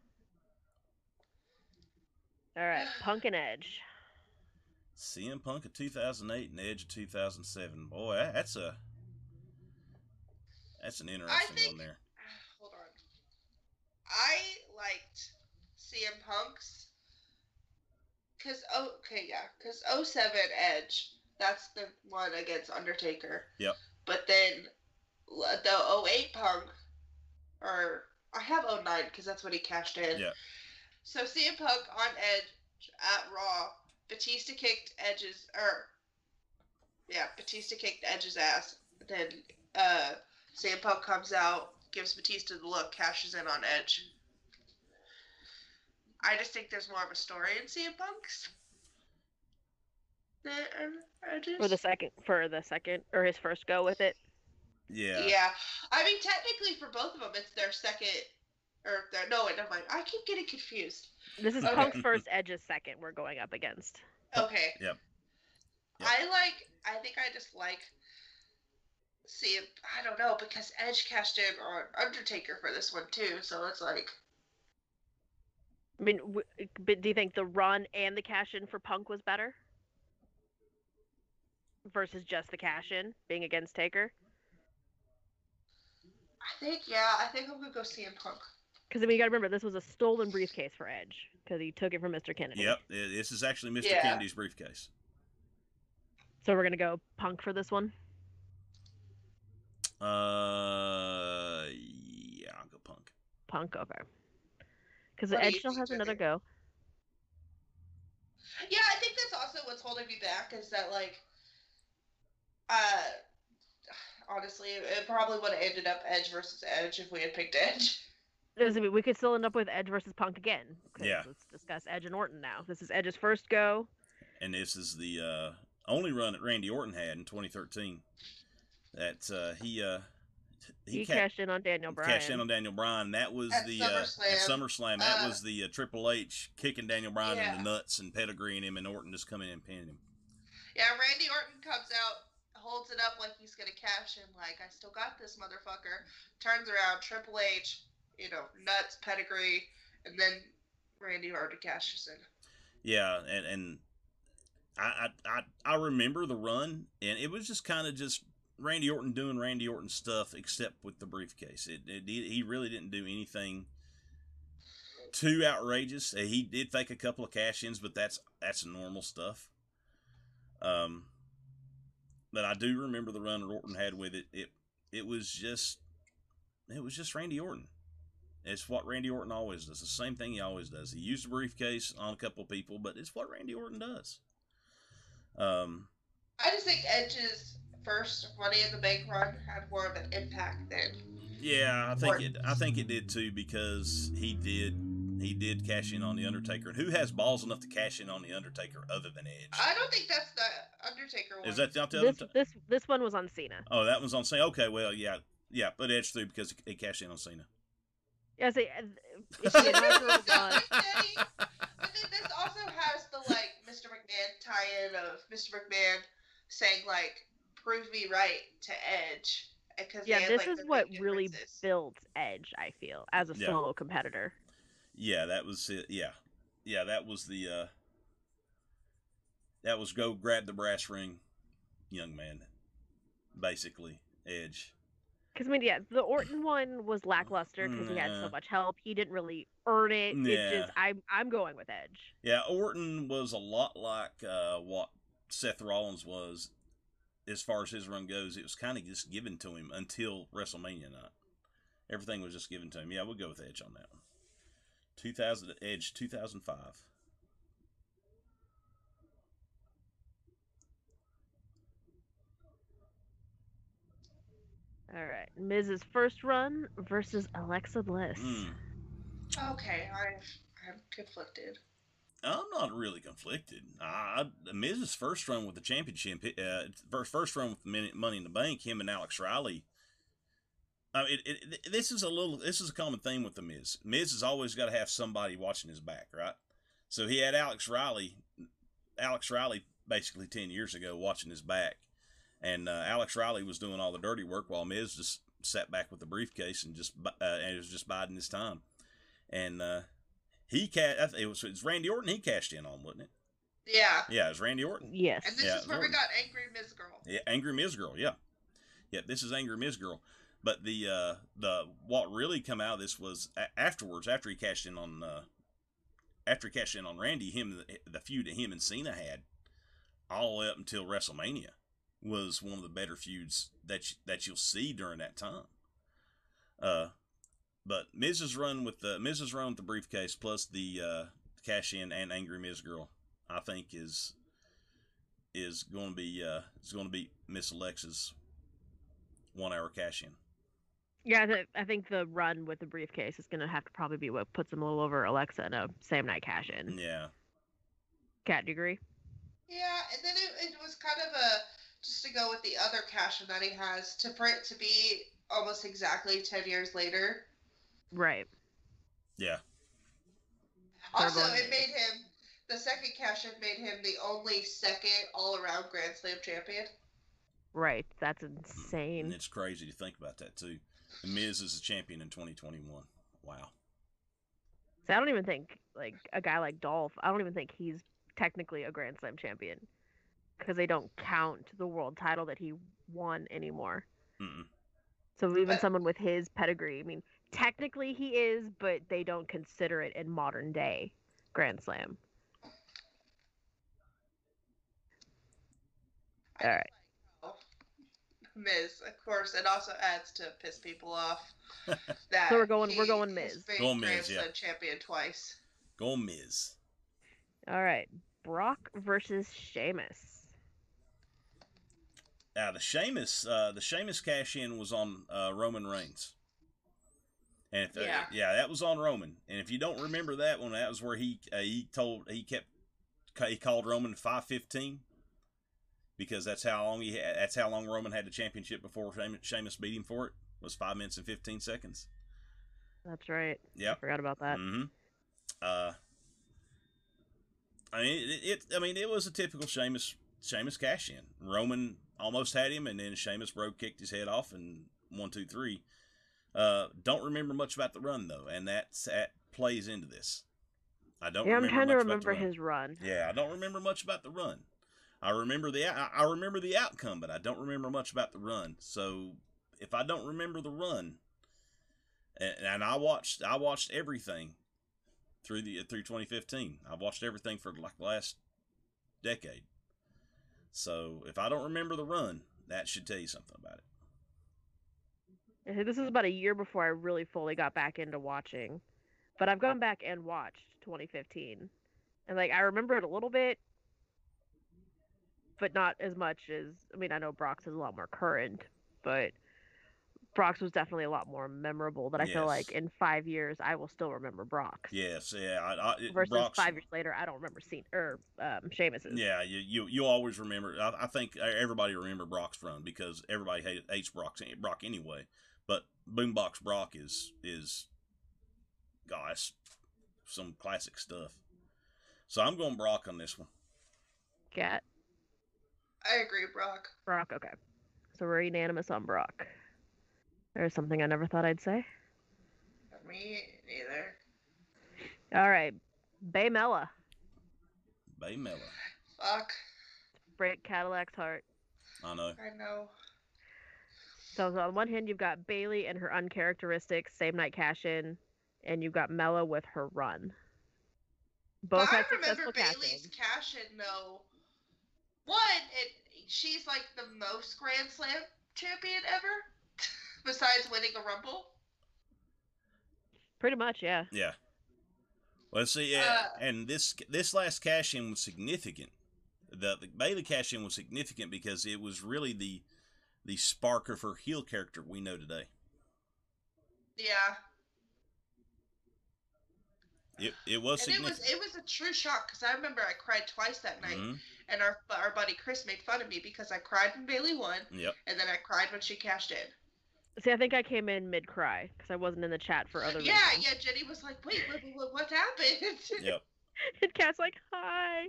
Speaker 4: All right, Punk and Edge.
Speaker 2: CM Punk of 2008 and Edge of 2007. Boy, that- that's a that's an interesting
Speaker 3: think-
Speaker 2: one there.
Speaker 3: hold on. I liked CM Punk's because oh okay yeah because 07 Edge that's the one against Undertaker.
Speaker 2: Yep.
Speaker 3: But then l- the 08 Punk or I have 09 because that's when he cashed in.
Speaker 2: Yeah.
Speaker 3: So CM Punk on Edge at Raw. Batista kicked Edge's or yeah Batista kicked Edge's ass. Then uh. Sam Punk comes out, gives Batista the look, cashes in on Edge. I just think there's more of a story in CM Punk's. Than Edge's.
Speaker 4: For the second, for the second, or his first go with it.
Speaker 2: Yeah.
Speaker 3: yeah. I mean, technically for both of them, it's their second, or their no, wait, never mind. I keep getting confused.
Speaker 4: This is
Speaker 3: Okay.
Speaker 4: Punk's first, Edge's second. We're going up against.
Speaker 3: Okay.
Speaker 2: Yep. Yep.
Speaker 3: I like. I think I just like. See, I don't know because Edge cashed in on Undertaker for this one too, so it's like.
Speaker 4: I mean, w- but do you think the run and the cash in for Punk was better versus just the cash in being against Taker?
Speaker 3: I think yeah. I think I'm gonna go CM Punk.
Speaker 4: Because I mean, you got to remember this was a stolen briefcase for Edge because he took it from Mr. Kennedy.
Speaker 2: Yep. i- This is actually Mr.
Speaker 3: Yeah.
Speaker 2: Kennedy's briefcase.
Speaker 4: So we're gonna go Punk for this one.
Speaker 2: Uh, yeah, I'll go Punk.
Speaker 4: Punk, okay. Because
Speaker 3: What do
Speaker 4: Edge
Speaker 3: you
Speaker 4: still
Speaker 3: think,
Speaker 4: has another
Speaker 3: Jimmy?
Speaker 4: go.
Speaker 3: Yeah, I think that's also what's holding me back is that like, uh, honestly, it probably would have ended up Edge versus Edge if we had picked Edge.
Speaker 4: There's- I mean, we could still end up with Edge versus Punk again. 'cause
Speaker 2: Yeah.
Speaker 4: Let's discuss Edge and Orton now. This is Edge's first go.
Speaker 2: And this is the uh, only run that Randy Orton had in 2013. That uh, he uh,
Speaker 4: He,
Speaker 2: he, ca-
Speaker 4: cashed in on Daniel Bryan.
Speaker 2: cashed in on Daniel Bryan. That was
Speaker 3: At
Speaker 2: the Uh,
Speaker 3: SummerSlam.
Speaker 2: at SummerSlam. That
Speaker 3: Uh,
Speaker 2: was the uh, Triple H kicking Daniel Bryan in
Speaker 3: Yeah.
Speaker 2: the nuts and pedigreeing him, and Orton just coming in and pinning him.
Speaker 3: Yeah, Randy Orton comes out, holds it up like he's gonna cash in, like I still got this motherfucker. Turns around, Triple H, you know, nuts pedigree, and then Randy Orton cashes in.
Speaker 2: Yeah, and and I I I, I remember the run, and it was just kind of just Randy Orton doing Randy Orton stuff, except with the briefcase. It, it he he really didn't do anything too outrageous. Uh, He did fake a couple of cash ins, but that's that's normal stuff. Um, but I do remember the run Orton had with it. It it was just it was just Randy Orton. It's what Randy Orton always does. The same thing he always does. He used the briefcase on a couple people, but it's what Randy Orton does. Um,
Speaker 3: I just think Edge's first Money in the Bank run had more of an impact than
Speaker 2: yeah, I think it. I think it did too because he did. He did cash in on the Undertaker. And who has balls enough to cash in on the Undertaker other than Edge?
Speaker 3: I don't think that's the Undertaker one.
Speaker 2: Is that not the
Speaker 4: This
Speaker 2: other?
Speaker 4: this this one was on Cena.
Speaker 2: oh, that was on Cena. Okay, well, yeah, yeah, but Edge through because he cashed in on Cena.
Speaker 4: I say uh, it's the inaugural run.
Speaker 3: But then this also has the like Mr. McMahon tie-in of Mr. McMahon saying like "Prove me right" to Edge because
Speaker 4: Yeah, this is what really
Speaker 3: built.
Speaker 4: builds Edge. I feel as a
Speaker 2: Yeah.
Speaker 4: solo competitor.
Speaker 2: Yeah, that was it. Yeah, yeah, that was the. uh That was go grab the brass ring, young man. Basically, Edge.
Speaker 4: Because I mean, yeah, the Orton one was lackluster because he had
Speaker 2: Yeah.
Speaker 4: so much help. He didn't really earn it. It
Speaker 2: Yeah.
Speaker 4: just I'm I'm going with Edge.
Speaker 2: Yeah, Orton was a lot like uh, what Seth Rollins was as far as his run goes. It was kind of just given to him until WrestleMania night. Everything was just given to him. Yeah, we'll go with Edge on that one. 2000 Edge 2005.
Speaker 4: All right, Miz's first run versus Alexa Bliss.
Speaker 2: Hmm.
Speaker 3: Okay, I'm I'm conflicted.
Speaker 2: I'm not really conflicted. I, I- Miz's first run with the championship, uh, first first run with Min- Money in the Bank, him and Alex Riley. I mean, it, it, this is a little, this is a common theme with the Miz. Miz has always got to have somebody watching his back, right? So he had Alex Riley, Alex Riley, basically ten years ago, watching his back, and uh, Alex Riley was doing all the dirty work while Miz just sat back with the briefcase and just bu- uh, and was just biding his time, and. uh he cashed. It was, it was Randy Orton. He cashed in on, wasn't it?
Speaker 3: Yeah,
Speaker 2: Yeah, it was Randy Orton.
Speaker 4: Yes.
Speaker 3: and this
Speaker 2: Yeah,
Speaker 3: is where we
Speaker 2: Lord.
Speaker 3: got angry Miz Girl.
Speaker 2: Yeah, Angry Miz Girl. Yeah, yeah. This is Angry Miz Girl. But the uh, the what really come out of this was a- afterwards after he cashed in on uh, after he cashed in on Randy him the, the feud that him and Cena had all the way up until WrestleMania was one of the better feuds that you, that you'll see during that time. Uh, but Miz's run with the Miz's run with the briefcase plus the uh, cash in and Angry Miz Girl, I think is is going to be uh, is going to be Miss Alexa's one hour cash in.
Speaker 4: Yeah, I, th- I think the run with the briefcase is gonna have to probably be what puts him a little over Alexa in a same night cash in
Speaker 2: Yeah,
Speaker 4: category.
Speaker 3: Yeah, and then it, it was kind of a just to go with the other cash that he has to for it to be almost exactly ten years later.
Speaker 4: Right.
Speaker 2: yeah,
Speaker 3: Also,
Speaker 4: Turbo
Speaker 3: it
Speaker 4: Miz.
Speaker 3: made him the second cash in made him the only second all around Grand Slam champion.
Speaker 4: Right. That's
Speaker 2: and
Speaker 4: insane.
Speaker 2: it's crazy to think about that too. The Miz is a champion in 2021. Wow.
Speaker 4: So I don't even think like a guy like Dolph. I don't even think he's technically a Grand Slam champion because they don't count the world title that he won anymore.
Speaker 2: Mm-mm.
Speaker 4: So even
Speaker 3: But-
Speaker 4: someone with his pedigree, I mean, technically he is, but they don't consider it in modern day Grand Slam.
Speaker 3: I
Speaker 4: All
Speaker 3: just like how Miz, of course, it also adds to piss people off. That
Speaker 4: So we're going- we're
Speaker 3: he
Speaker 4: going
Speaker 3: has
Speaker 4: Miz.
Speaker 3: been
Speaker 2: Going Miz,
Speaker 3: Grand
Speaker 2: yeah.
Speaker 3: Slam champion twice.
Speaker 2: Go Miz.
Speaker 4: All right, Brock versus Sheamus.
Speaker 2: Now the Sheamus, uh, the Sheamus cash in was on uh, Roman Reigns, and if, yeah.
Speaker 3: Yeah.
Speaker 2: yeah, that was on Roman. And if you don't remember that one, that was where he uh, he told he kept he called Roman five fifteen because that's how long he had, that's how long Roman had the championship before Sheamus- Sheamus beat him for it was five minutes and fifteen seconds.
Speaker 4: That's right. I
Speaker 2: Yep.
Speaker 4: forgot about that.
Speaker 2: Mm-hmm. Uh, I mean, it, it. I mean, it was a typical Sheamus Sheamus cash in. Roman almost had him, and then Sheamus broke, kicked his head off, and one, two, three. Uh, don't remember much about the run though, and that's, that plays into this. I don't.
Speaker 4: yeah, I'm
Speaker 2: remember
Speaker 4: trying to
Speaker 2: much about the
Speaker 4: remember
Speaker 2: run.
Speaker 4: his run.
Speaker 2: Yeah, I don't remember much about the run. I remember the I I remember the outcome, but I don't remember much about the run. So if I don't remember the run, and, and I watched I watched everything through the through 2015. I've watched everything for like the last decade. So if I don't remember the run, that should tell you something about it.
Speaker 4: This is about a year before I really fully got back into watching, but I've gone back and watched 2015, and like I remember it a little bit, but not as much as I mean I know Brock's is a lot more current, but Brock's was definitely a lot more memorable. That I feel
Speaker 2: Yes.
Speaker 4: like in five years I will still remember Brock's.
Speaker 2: Yes, yeah. I, I, it-
Speaker 4: Versus
Speaker 2: Brock's-
Speaker 4: five years later, I don't remember seeing or um, Seamus's.
Speaker 2: Yeah, you you you always remember. I, I think e, everybody remember Brock's run because everybody hate, hates Brock's eh, Brock anyway. But Boombox Brock is is, gosh, some classic stuff. So I'm going Brock on this one.
Speaker 4: Cat
Speaker 3: I agree, Brock.
Speaker 4: Brock. Okay, so we're unanimous on Brock. There's something I never thought I'd say.
Speaker 3: Me neither.
Speaker 4: All right, Baymella,
Speaker 2: Bay Miller.
Speaker 3: Fuck.
Speaker 4: break Cadillac's heart.
Speaker 2: I know.
Speaker 3: I know.
Speaker 4: So, so on one hand, you've got Bailey and her uncharacteristic same night cash in, and you've got Mella with her run. Both
Speaker 3: but I
Speaker 4: had
Speaker 3: remember
Speaker 4: successful cash
Speaker 3: Bailey's
Speaker 4: in.
Speaker 3: cash in though. One, it she's like the most Grand Slam champion ever, besides winning a Rumble.
Speaker 4: Pretty much, yeah.
Speaker 2: Yeah. Let's see.
Speaker 3: Uh.
Speaker 2: Yeah, and this this last cash in was significant. The, the Bailey cash in was significant because it was really the the spark of her heel character we know today.
Speaker 3: Yeah,
Speaker 2: It it was
Speaker 3: and it was
Speaker 2: significant.
Speaker 3: it was a true shock because I remember I cried twice that night,
Speaker 2: Mhm.
Speaker 3: and our our buddy Chris made fun of me because I cried when Bailey won,
Speaker 2: Yep.
Speaker 3: and then I cried when she cashed in.
Speaker 4: See, I think I came in mid cry because I wasn't in the chat for other
Speaker 3: yeah,
Speaker 4: reasons.
Speaker 3: yeah. Jenny was like, "Wait, what, what, what happened?"
Speaker 2: Yep.
Speaker 4: And Kat's like, hi.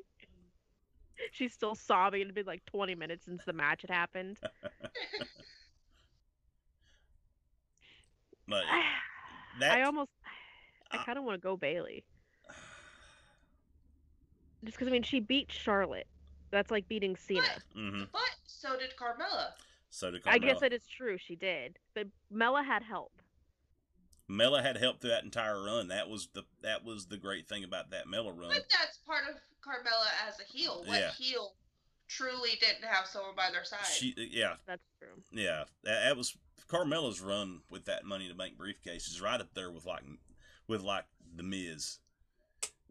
Speaker 4: She's still sobbing. It had been like 20 minutes since the match had happened.
Speaker 2: But that
Speaker 4: I almost, I
Speaker 2: Uh,
Speaker 4: kind of want to go Bailey. Just because, I mean, she beat Charlotte. That's like beating Cena.
Speaker 2: Mhm.
Speaker 3: But so did Carmella.
Speaker 2: So did
Speaker 4: I guess
Speaker 2: Carmella.
Speaker 4: it is true. She did. But Mella had help.
Speaker 2: Mella had help through that entire run. That was the that was the great thing about that Mella run.
Speaker 3: But that's part of Carmella as a heel. What
Speaker 2: Uh, Yeah.
Speaker 3: heel truly didn't have someone by their side?
Speaker 2: She uh, yeah
Speaker 4: That's true.
Speaker 2: yeah that, that was Carmella's run with that Money to Bank briefcase is right up there with like with like the Miz,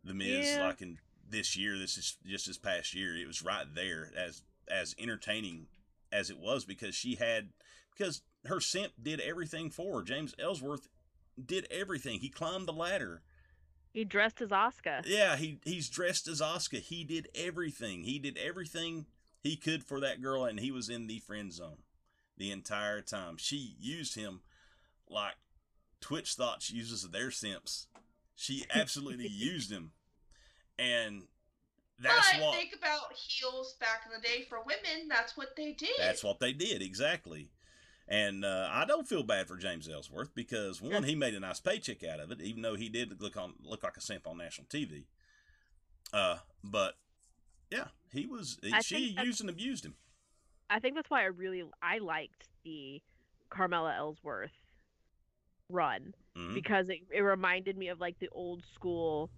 Speaker 2: the Miz
Speaker 4: Yeah.
Speaker 2: like in this year this is just this past year it was right there as as entertaining as it was because she had because her simp did everything for her. James Ellsworth did everything. He climbed the ladder.
Speaker 4: He dressed as Oscar.
Speaker 2: Yeah, he he's dressed as Oscar. He did everything. He did everything he could for that girl, and he was in the friend zone the entire time. She used him like Twitch thoughts uses their simps. She absolutely used him, and that's
Speaker 3: but
Speaker 2: what
Speaker 3: think about heels back in the day for women. That's what they did.
Speaker 2: that's what they did exactly. And uh, I don't feel bad for James Ellsworth because one, he made a nice paycheck out of it, even though he did look on look like a simp on national TV. Uh, but yeah, he was. he-
Speaker 4: I
Speaker 2: she
Speaker 4: think that's-
Speaker 2: used and abused him.
Speaker 4: I think that's why I really I liked the Carmella Ellsworth run
Speaker 2: Mhm.
Speaker 4: because it, it reminded me of like the old school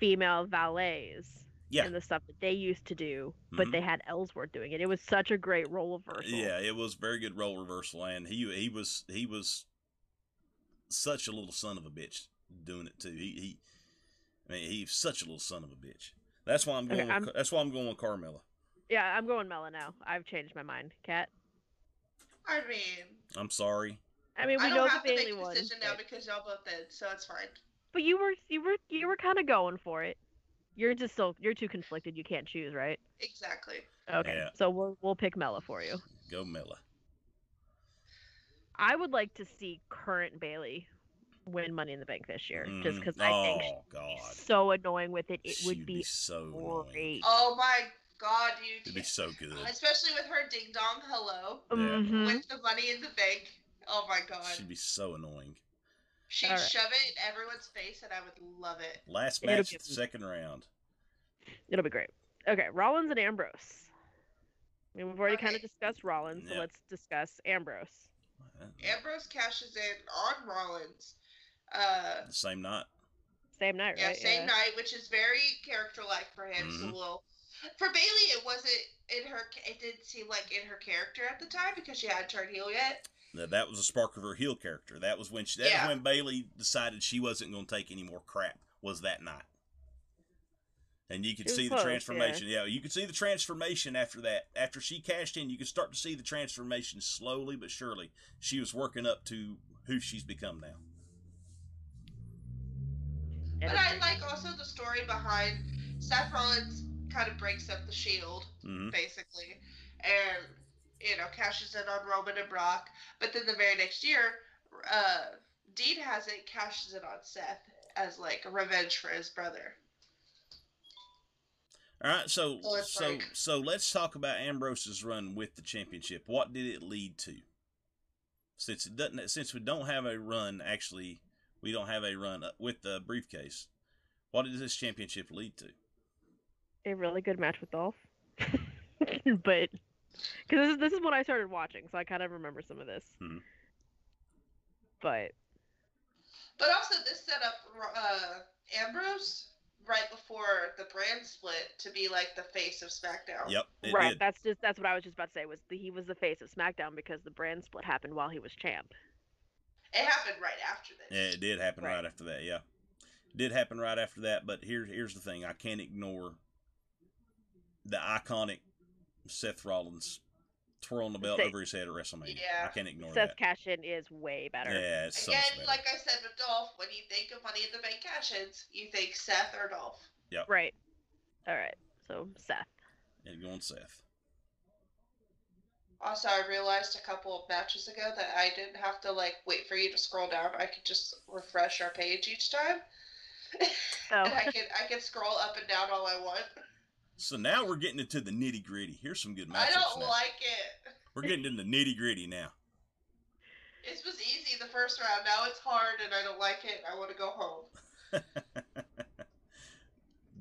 Speaker 4: female valets
Speaker 2: Yeah.
Speaker 4: and the stuff that they used to do, but
Speaker 2: Mhm.
Speaker 4: they had Ellsworth doing it. It was such a great role reversal.
Speaker 2: Yeah, it was very good role reversal, and he he was he was such a little son of a bitch doing it too. He he, I mean, he's such a little son of a bitch. That's why I'm
Speaker 4: Okay,
Speaker 2: going. with,
Speaker 4: I'm-
Speaker 2: Car- that's why I'm going with Carmella.
Speaker 4: Yeah, I'm going Mella now. I've changed my mind, Kat.
Speaker 3: I mean,
Speaker 2: I'm sorry.
Speaker 4: I mean, we
Speaker 3: I
Speaker 4: know
Speaker 3: don't have
Speaker 4: the
Speaker 3: to
Speaker 4: Bailey
Speaker 3: make a
Speaker 4: one,
Speaker 3: decision now
Speaker 4: but,
Speaker 3: because y'all both did, so it's fine.
Speaker 4: but you were you were you were kind of going for it. You're just still you're too conflicted. You can't choose, right?
Speaker 3: Exactly.
Speaker 4: Okay,
Speaker 2: Yeah.
Speaker 4: so we'll we'll pick Mella for you.
Speaker 2: Go Mella.
Speaker 4: I would like to see current Bailey win Money in the Bank this year, just
Speaker 2: Mhm.
Speaker 4: because I think she'd
Speaker 2: oh god,
Speaker 4: be so annoying with it. It
Speaker 2: She'd
Speaker 4: would be
Speaker 2: so annoying.
Speaker 4: great.
Speaker 3: Oh my god, you.
Speaker 2: It'd be so good.
Speaker 3: Especially with her ding dong hello
Speaker 4: Mhm.
Speaker 3: with the money in the bank. Oh my god.
Speaker 2: She'd be so annoying.
Speaker 3: She'd
Speaker 4: All right.
Speaker 3: shove it in everyone's face, and I would love it.
Speaker 2: Last
Speaker 4: It'll
Speaker 2: match,
Speaker 4: be-
Speaker 2: of the second round.
Speaker 4: It'll be great. Okay, Rollins and Ambrose. I mean, we've already kind
Speaker 3: Okay.
Speaker 4: of discussed Rollins, so
Speaker 2: Yeah.
Speaker 4: let's discuss Ambrose.
Speaker 2: Uh,
Speaker 3: Ambrose cashes in on Rollins. Uh,
Speaker 2: The same night.
Speaker 4: Same night,
Speaker 3: Yeah,
Speaker 4: right?
Speaker 3: same night, which is very character-like for him.
Speaker 2: Mhm.
Speaker 3: So we'll. For Bailey, it wasn't in her. It didn't seem like in her character at the time because she hadn't turned heel yet.
Speaker 2: Now, that was a spark of her heel character. That was when she, that
Speaker 3: Yeah.
Speaker 2: was when Bailey decided she wasn't going to take any more crap. Was that night? And you could
Speaker 4: It was
Speaker 2: see
Speaker 4: close,
Speaker 2: the
Speaker 4: yeah.
Speaker 2: transformation. Yeah. you could see the transformation after that. After she cashed in, you could start to see the transformation slowly but surely. She was working up to who she's become now.
Speaker 4: And
Speaker 3: But
Speaker 4: it's-
Speaker 3: I like also the story behind Seth Rollins kind of breaks up the shield,
Speaker 2: hmm
Speaker 3: basically, and, you know, cashes in on Roman and Brock. But then the very next year, uh, Dean has it, cashes it on Seth as, like, revenge for his brother.
Speaker 2: All right, so
Speaker 3: So it's
Speaker 2: so
Speaker 3: like-
Speaker 2: so let's talk about Ambrose's run with the championship. What did it lead to? Since it doesn't, since we don't have a run, actually, we don't have a run uh, with the briefcase. What did this championship lead to?
Speaker 4: a really good match with Dolph. but because this is this is when I started watching, so I kind of remember some of this.
Speaker 2: Mhm.
Speaker 4: But
Speaker 3: But also, this set up uh, Ambrose right before the brand split to be, like, the face of SmackDown.
Speaker 2: Yep, it
Speaker 4: right,
Speaker 2: did.
Speaker 4: that's just that's what I was just about to say was the, he was the face of SmackDown because the brand split happened while he was champ.
Speaker 3: It happened right after this.
Speaker 2: Yeah, it did happen right.
Speaker 4: Right.
Speaker 2: after that. Yeah, It did happen right after that. But here's here's the thing: I can't ignore the iconic Seth Rollins twirling the belt
Speaker 4: Seth-
Speaker 2: over his head at WrestleMania.
Speaker 3: Yeah.
Speaker 2: I can't ignore
Speaker 4: Seth's
Speaker 2: that.
Speaker 4: cash in is way better.
Speaker 2: Oh, Yeah, it's so much
Speaker 3: Again,
Speaker 2: better.
Speaker 3: like I said with Dolph, when you think of Money in the Bank cash-ins, you think Seth or Dolph.
Speaker 4: Right. All right. So Seth.
Speaker 2: and going Seth.
Speaker 3: Also, I realized a couple of matches ago that I didn't have to like wait for you to scroll down. I could just refresh our page each time,
Speaker 4: Oh,
Speaker 3: and I could I could scroll up and down all I want.
Speaker 2: So now we're getting into the nitty gritty. Here's some good
Speaker 3: I
Speaker 2: matchups
Speaker 3: don't
Speaker 2: now.
Speaker 3: like it.
Speaker 2: we're getting into the nitty gritty now.
Speaker 3: This was easy the first round. Now it's hard, and I don't like it. I want to go home.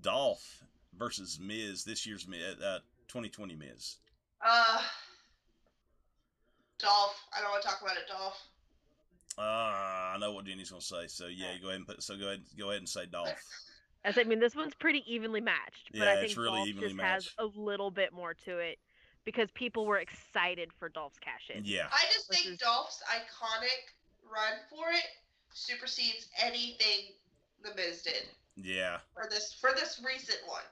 Speaker 2: Dolph versus Miz this year's Miz, uh, 2020 Miz.
Speaker 3: Uh, Dolph. I don't want to talk about it, Dolph.
Speaker 2: Ah, I know what Jenny's gonna say. So yeah, go ahead and put. So go ahead, go ahead and say Dolph.
Speaker 4: I said- I mean this one's pretty evenly matched, but
Speaker 2: Yeah,
Speaker 4: I
Speaker 2: it's
Speaker 4: think
Speaker 2: really
Speaker 4: Dolph
Speaker 2: evenly
Speaker 4: just
Speaker 2: matched.
Speaker 4: has a little bit more to it because people were excited for Dolph's cash in.
Speaker 2: Yeah,
Speaker 3: I just
Speaker 4: Which
Speaker 3: think
Speaker 4: is-
Speaker 3: Dolph's iconic run for it supersedes anything the Miz did
Speaker 2: yeah.
Speaker 3: for this for this recent one.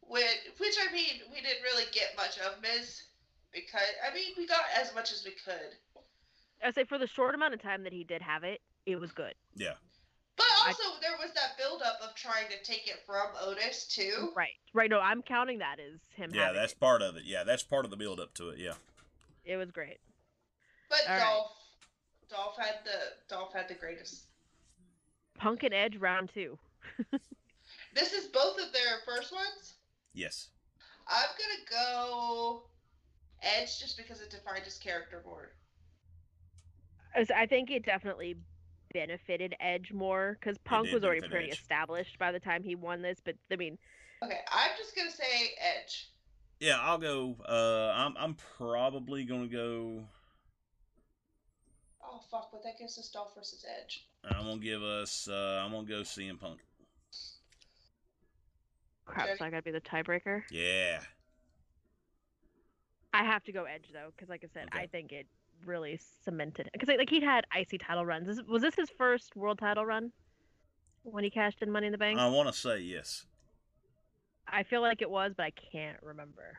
Speaker 3: Which, which I mean, we didn't really get much of Miz because I mean we got as much as we could.
Speaker 4: I say for the short amount of time that he did have it, it was good.
Speaker 3: But
Speaker 4: I-
Speaker 3: also there was that build up of trying to take it from Otis too.
Speaker 4: Right. Right. No, I'm counting that as him.
Speaker 2: Yeah,
Speaker 4: having
Speaker 2: that's
Speaker 4: it.
Speaker 2: part of it. Yeah, that's part of the build up to it. Yeah.
Speaker 4: it was great.
Speaker 3: But
Speaker 4: All right.
Speaker 3: Dolph Dolph had the Dolph had the greatest
Speaker 4: Punk and Edge round two.
Speaker 3: This is both of their first ones.
Speaker 2: Yes.
Speaker 3: I'm gonna go Edge just because it defined his character more.
Speaker 4: As I think it definitely benefited Edge more because Punk
Speaker 2: did
Speaker 4: was already
Speaker 2: benefit
Speaker 4: pretty
Speaker 2: Edge.
Speaker 4: established by the time he won this. But I mean,
Speaker 3: Okay, I'm just gonna say Edge.
Speaker 2: Yeah, I'll go. Uh, I'm I'm probably gonna go.
Speaker 3: Oh fuck, but that gives us Dolph versus Edge.
Speaker 2: I'm gonna give us. Uh, I'm gonna go CM Punk.
Speaker 4: crap,
Speaker 3: Jenny-
Speaker 4: so I gotta be the tiebreaker.
Speaker 2: Yeah.
Speaker 4: I have to go Edge though, because like I said,
Speaker 2: Okay.
Speaker 4: I think it really cemented because like, like he had icy title runs. This, was this his first world title run when he cashed in Money in the Bank?
Speaker 2: I want to say yes.
Speaker 4: I feel like it was, but I can't remember.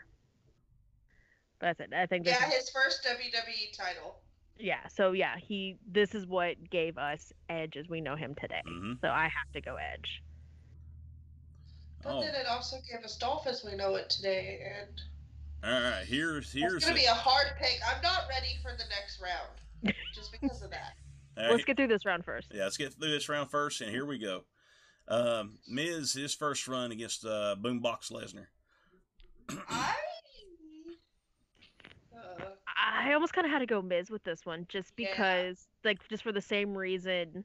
Speaker 4: But that's it. I think this
Speaker 3: Yeah,
Speaker 4: is
Speaker 3: his first WWE title.
Speaker 4: Yeah, so yeah, he this is what gave us Edge as we know him today.
Speaker 2: hmm
Speaker 4: So I have to go Edge.
Speaker 3: But
Speaker 2: Oh,
Speaker 3: then it also gave us Dolph as we know it today, and
Speaker 2: all right. Here's here's
Speaker 3: it's gonna
Speaker 2: a-
Speaker 3: be a hard pick. I'm not ready for the next round. just because of that.
Speaker 2: all right,
Speaker 4: Let's get through this round first.
Speaker 2: Yeah, let's get through this round first, and here we go. Um, Miz, his first run against uh, Boombox Lesnar.
Speaker 3: I uh,
Speaker 4: I almost kind of had to go Miz with this one just
Speaker 3: Yeah.
Speaker 4: because like just for the same reason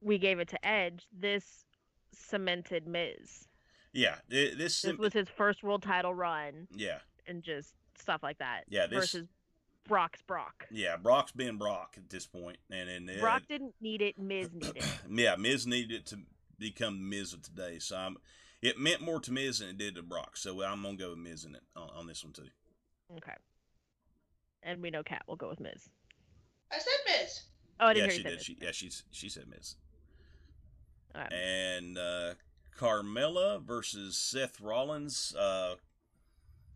Speaker 4: we gave it to Edge, this cemented Miz.
Speaker 2: Yeah, thi- this,
Speaker 4: This was his first world title run
Speaker 2: yeah,
Speaker 4: and just stuff like that
Speaker 2: yeah, this,
Speaker 4: versus Brock's Brock.
Speaker 2: yeah. Brock's been Brock at this point, and and uh,
Speaker 4: Brock didn't need it, Miz needed it.
Speaker 2: yeah, Miz needed it to become the Miz of today. So I'm, it meant more to Miz than it did to Brock. So I'm gonna go with Miz in it on, on this one too.
Speaker 4: Okay. and we know Kat will go with Miz.
Speaker 3: I said Miz.
Speaker 4: Oh, I
Speaker 2: yeah,
Speaker 4: didn't
Speaker 2: she
Speaker 4: hear you
Speaker 2: did.
Speaker 4: say
Speaker 2: She, yeah, she's she said Miz.
Speaker 4: Alright.
Speaker 2: And uh, Carmella versus Seth Rollins. Uh,
Speaker 4: Miz.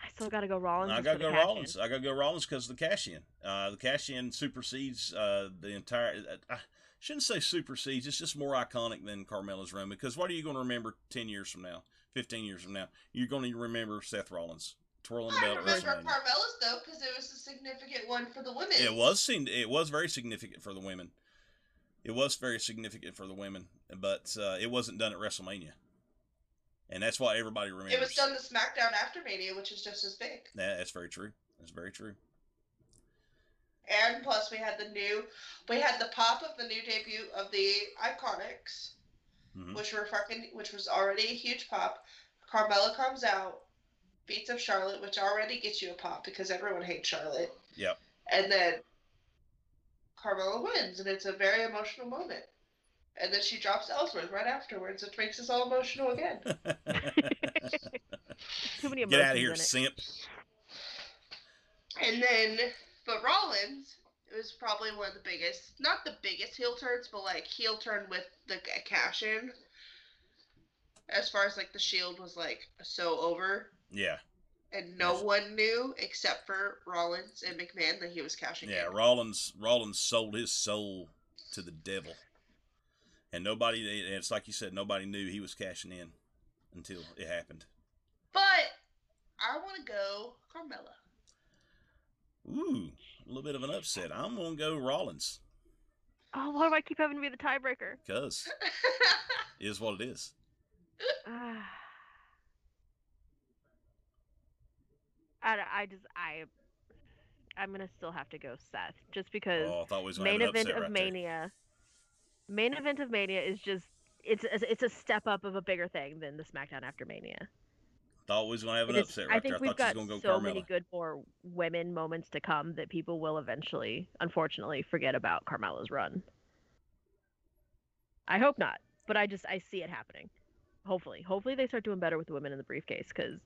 Speaker 4: I still gotta go Rollins.
Speaker 2: I
Speaker 4: just
Speaker 2: gotta
Speaker 4: for the
Speaker 2: go
Speaker 4: cash-in.
Speaker 2: Rollins. I gotta go Rollins because the cash in. Uh, the cash in supersedes uh, the entire. I, I shouldn't say supersedes. It's just more iconic than Carmella's run because what are you going to remember ten years from now, fifteen years from now? You're going to remember Seth Rollins twirling the
Speaker 3: I
Speaker 2: belt. at
Speaker 3: remember
Speaker 2: WrestleMania.
Speaker 3: Carmella's though because it was a significant one for the women.
Speaker 2: It was seemed it was very significant for the women. It was very significant for the women, but uh, it wasn't done at WrestleMania, and that's why everybody remembers.
Speaker 3: It was done the SmackDown after Mania, which is just as big.
Speaker 2: That- that's very true. That's very true.
Speaker 3: And plus, we had the new, we had the pop of the new debut of the Iconics,
Speaker 2: Mhm.
Speaker 3: which were fucking, which was already a huge pop. Carmella comes out, beats up Charlotte, which already gets you a pop because everyone hates Charlotte.
Speaker 2: Yep.
Speaker 3: And then Carmella wins, and it's a very emotional moment. And then she drops Ellsworth right afterwards, which makes us all emotional again.
Speaker 4: Too many
Speaker 2: Get
Speaker 4: emotions
Speaker 2: out of here,
Speaker 4: in it.
Speaker 2: simp.
Speaker 3: And then, but Rollins was probably one of the biggest, not the biggest heel turns, but like heel turn with the g- cash in. As far as like the Shield was like so over,
Speaker 2: Yeah,
Speaker 3: and no
Speaker 2: Yes.
Speaker 3: one knew except for Rollins and McMahon that he was cashing
Speaker 2: yeah.
Speaker 3: in.
Speaker 2: Rollins Rollins sold his soul to the devil, and nobody. and It's like you said, nobody knew he was cashing in until it happened.
Speaker 3: But I want to go Carmella.
Speaker 2: Ooh, a little bit of an upset. I'm gonna go Rollins
Speaker 4: Oh, why do I keep having to be the tiebreaker?
Speaker 2: because is what it is.
Speaker 4: Ah. I, don't- I just I I'm gonna still have to go Seth just because
Speaker 2: Oh, I thought we was gonna
Speaker 4: main
Speaker 2: have an
Speaker 4: event
Speaker 2: upset
Speaker 4: of
Speaker 2: right there.
Speaker 4: Mania. Main event of Mania is just it's it's it's a step up of a bigger thing than the SmackDown after Mania.
Speaker 2: Thought we was gonna have an
Speaker 4: It is-
Speaker 2: upset
Speaker 4: I
Speaker 2: right
Speaker 4: think
Speaker 2: there. I
Speaker 4: we've
Speaker 2: thought she was gonna
Speaker 4: got
Speaker 2: go
Speaker 4: so
Speaker 2: Carmella.
Speaker 4: many good more women moments to come that people will eventually, unfortunately, forget about Carmella's run. I hope not, but I just I see it happening. Hopefully, hopefully they start doing better with the women in the briefcase because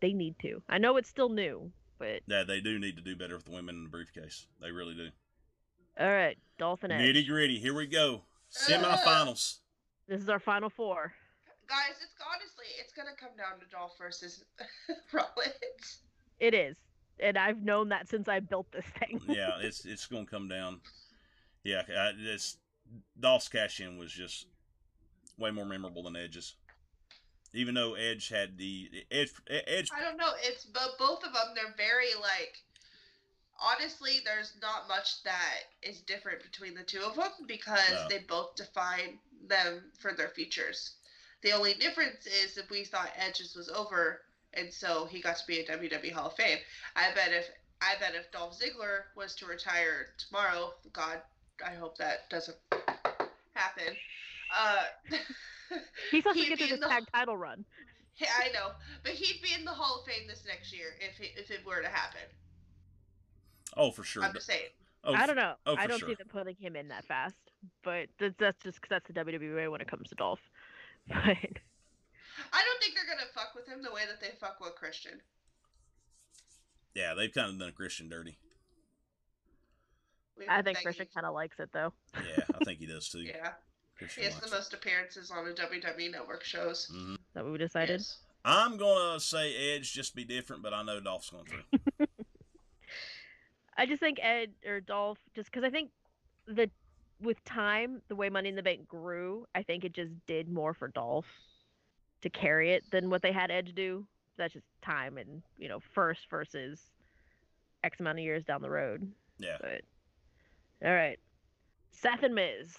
Speaker 4: they need to. I know it's still new, but
Speaker 2: Yeah, they do need to do better with the women in the briefcase. They really do.
Speaker 4: all right, Dolphin Edge.
Speaker 2: Nitty gritty. Here we go. Semifinals.
Speaker 4: This is our final four.
Speaker 3: Guys, it's honestly, it's gonna come down to Dolph versus Rollins.
Speaker 4: It is, and I've known that since I built this thing.
Speaker 2: yeah, it's it's gonna come down. Yeah, I, this Dolph's cash in was just way more memorable than Edge's. Even though Edge had the Edge, Edge
Speaker 3: I don't know. It's but both of them. They're very like. Honestly, there's not much that is different between the two of them because
Speaker 2: No.
Speaker 3: they both define them for their features. The only difference is if we thought Edge's was over, and so he got to be a WWE Hall of Fame. I bet if I bet if Dolph Ziggler was to retire tomorrow, God, I hope that doesn't happen. Uh,
Speaker 4: He's also
Speaker 3: He'd
Speaker 4: get
Speaker 3: be
Speaker 4: through
Speaker 3: in
Speaker 4: this
Speaker 3: the-
Speaker 4: tag title run.
Speaker 3: Yeah, I know, but he'd be in the Hall of Fame this next year if he, if it were to happen.
Speaker 2: Oh for sure.
Speaker 3: I'm just saying.
Speaker 2: Oh,
Speaker 4: I don't know.
Speaker 2: oh, for
Speaker 4: I don't
Speaker 2: sure.
Speaker 4: see them putting him in that fast, but that's, that's just 'cause that's the WWE when it comes to Dolph. But
Speaker 3: I don't think they're gonna fuck with him the way that they fuck with Christian.
Speaker 2: Yeah, they've kind of done Christian dirty.
Speaker 3: We
Speaker 4: I
Speaker 3: have
Speaker 4: think
Speaker 3: Becky.
Speaker 4: Christian kind of likes it though.
Speaker 2: Yeah, I think he does too.
Speaker 3: Yeah, he
Speaker 2: Christian
Speaker 3: has
Speaker 2: likes
Speaker 3: the
Speaker 2: it.
Speaker 3: most appearances on the WWE Network shows.
Speaker 2: Mhm.
Speaker 4: Is that what we decided?
Speaker 3: Yes.
Speaker 2: I'm gonna say Edge just be different, but I know Dolph's going through.
Speaker 4: I just think Ed or Dolph, just because I think the with time, the way Money in the Bank grew, I think it just did more for Dolph to carry it than what they had Edge do. That's just time and you know first versus X amount of years down the road.
Speaker 2: yeah.
Speaker 4: But all right, Seth and Miz.
Speaker 3: And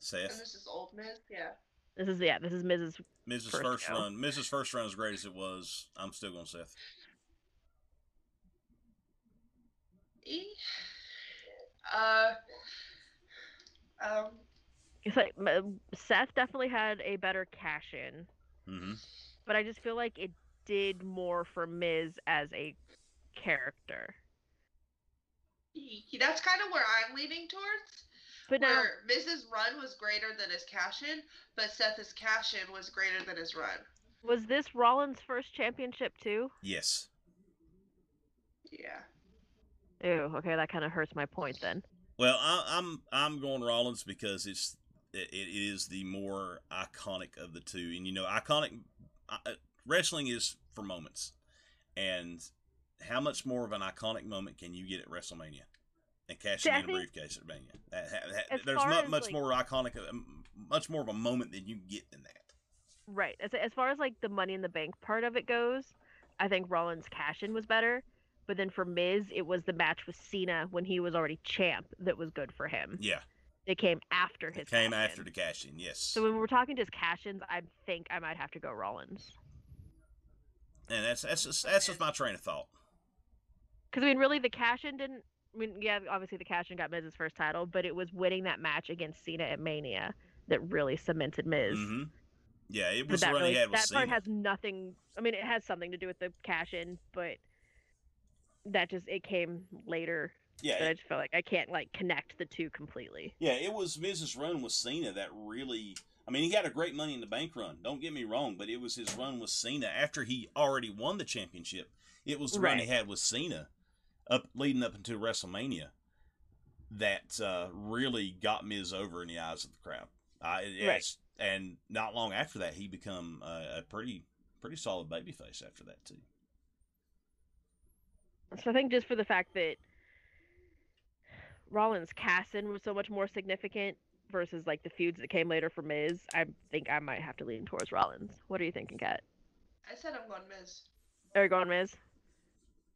Speaker 2: Seth.
Speaker 3: this is old Miz. Yeah.
Speaker 4: This is yeah, this is Miz's
Speaker 2: Mrs.
Speaker 4: First
Speaker 2: First,
Speaker 4: go.
Speaker 2: Run. Mrs. First Run, as great as it was, I'm still going Seth.
Speaker 3: E. Uh. Um.
Speaker 4: It's like m- Seth definitely had a better cash in,
Speaker 2: hmm
Speaker 4: but I just feel like it did more for Miz as a character.
Speaker 3: e- That's kind of where I'm leaning towards.
Speaker 4: But now,
Speaker 3: where Miz's run was greater than his cash in, but Seth's cash in was greater than his run.
Speaker 4: was this Rollins' first championship too?
Speaker 2: Yes.
Speaker 3: Yeah.
Speaker 4: Ew. Okay, that kind of hurts my point then.
Speaker 2: Well, I, I'm I'm going Rollins because it's it, it is the more iconic of the two, and you know, iconic uh, wrestling is for moments, and how much more of an iconic moment can you get at WrestleMania? And cashing
Speaker 4: See, I
Speaker 2: in a
Speaker 4: think-
Speaker 2: briefcase at Mania. That, that- that-
Speaker 4: As
Speaker 2: there's
Speaker 4: far
Speaker 2: not
Speaker 4: as,
Speaker 2: much
Speaker 4: like-
Speaker 2: more iconic, um, much more of a moment than you can get than that.
Speaker 4: Right. As as far as like the Money in the Bank part of it goes, I think Rollins' cash in was better. But then for Miz, it was the match with Cena when he was already champ that was good for him.
Speaker 2: Yeah,
Speaker 4: It came after his.
Speaker 2: it came
Speaker 4: cash-in.
Speaker 2: after the cash in. Yes,
Speaker 4: So when we're talking just cash ins, I think I might have to go Rollins.
Speaker 2: and that's that's just, that's just my train of thought.
Speaker 4: Because I mean, really, the cash in didn't. I mean, yeah, obviously the cash in got Miz's first title, but it was winning that match against Cena at Mania that really cemented Miz.
Speaker 2: hmm Yeah, it
Speaker 4: But
Speaker 2: was the
Speaker 4: that
Speaker 2: run he
Speaker 4: really,
Speaker 2: had with
Speaker 4: that part
Speaker 2: Cena.
Speaker 4: has nothing. I mean, it has something to do with the cash in, but that just it came later.
Speaker 2: yeah,
Speaker 4: That I
Speaker 2: it,
Speaker 4: just felt like I can't like connect the two completely.
Speaker 2: yeah, it was Miz's run with Cena that really. I mean, he had a great Money in the Bank run. Don't get me wrong, but it was his run with Cena after he already won the championship. It was the run he
Speaker 4: Right.
Speaker 2: had with Cena, up leading up into WrestleMania, that uh, really got Miz over in the eyes of the crowd. I, yes, and not long after that, he become uh, a pretty pretty solid babyface after that too.
Speaker 4: So I think just for the fact that Rollins' cash in was so much more significant versus like the feuds that came later for Miz, I think I might have to lean towards Rollins. What are you thinking, Kat?
Speaker 3: I said I'm going Miz.
Speaker 4: Are you going Miz?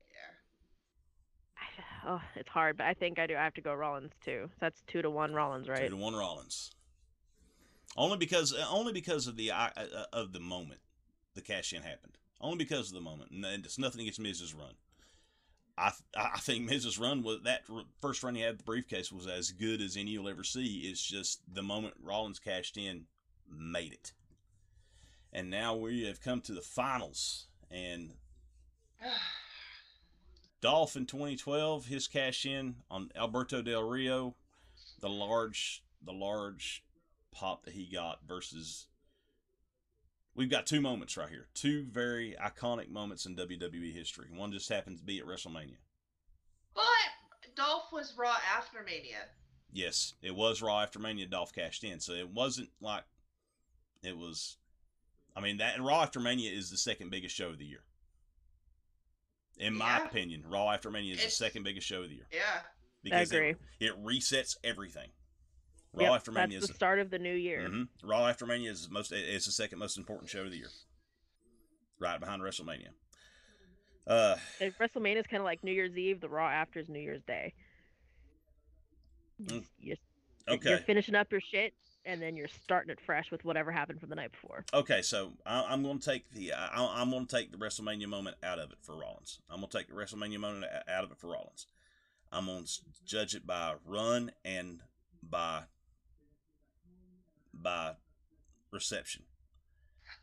Speaker 3: Yeah.
Speaker 4: I- Oh, it's hard, but I think I do. I have to go Rollins too. That's two to one Rollins,
Speaker 2: Two
Speaker 4: right?
Speaker 2: to one Rollins. Only because uh, only because of the uh, uh, of the moment the cash in happened. Only because of the moment, and it's nothing against Miz's run. I th- I think Miz's run was that r- first run he had with the briefcase was as good as any you'll ever see. It's just the moment Rollins cashed in made it, and now we have come to the finals and Dolph in 2012, his cash in on Alberto Del Rio, the large the large pop that he got versus we've got two moments right here, two very iconic moments in WWE history. One just happens to be at WrestleMania.
Speaker 3: but Dolph was Raw after Mania.
Speaker 2: Yes, it was Raw after Mania. Dolph cashed in, so it wasn't like it was. I mean, that Raw after Mania is the second biggest show of the year. In my
Speaker 3: Yeah.
Speaker 2: opinion, Raw after Mania is
Speaker 3: It's-
Speaker 2: the second biggest show of the year
Speaker 3: Yeah.
Speaker 2: because it-
Speaker 4: agree.
Speaker 2: It, resets everything. Raw
Speaker 4: Yep,
Speaker 2: after Mania
Speaker 4: that's
Speaker 2: is
Speaker 4: the start of the new year.
Speaker 2: Mhm. Raw after Mania is most is the second most important show of the year, right behind WrestleMania. Uh,
Speaker 4: Like, WrestleMania is kind of like New Year's Eve. The Raw after is New Year's Day. You
Speaker 2: Mm.
Speaker 4: just- you just- You're
Speaker 2: okay,
Speaker 4: finishing up your shit, and then you're starting it fresh with whatever happened from the night before.
Speaker 2: okay. So I, I'm going to take the I, I'm going to take the WrestleMania moment out of it for Rollins. I'm going to take the WrestleMania moment o- out of it for Rollins. I'm going to judge it by run and by by reception.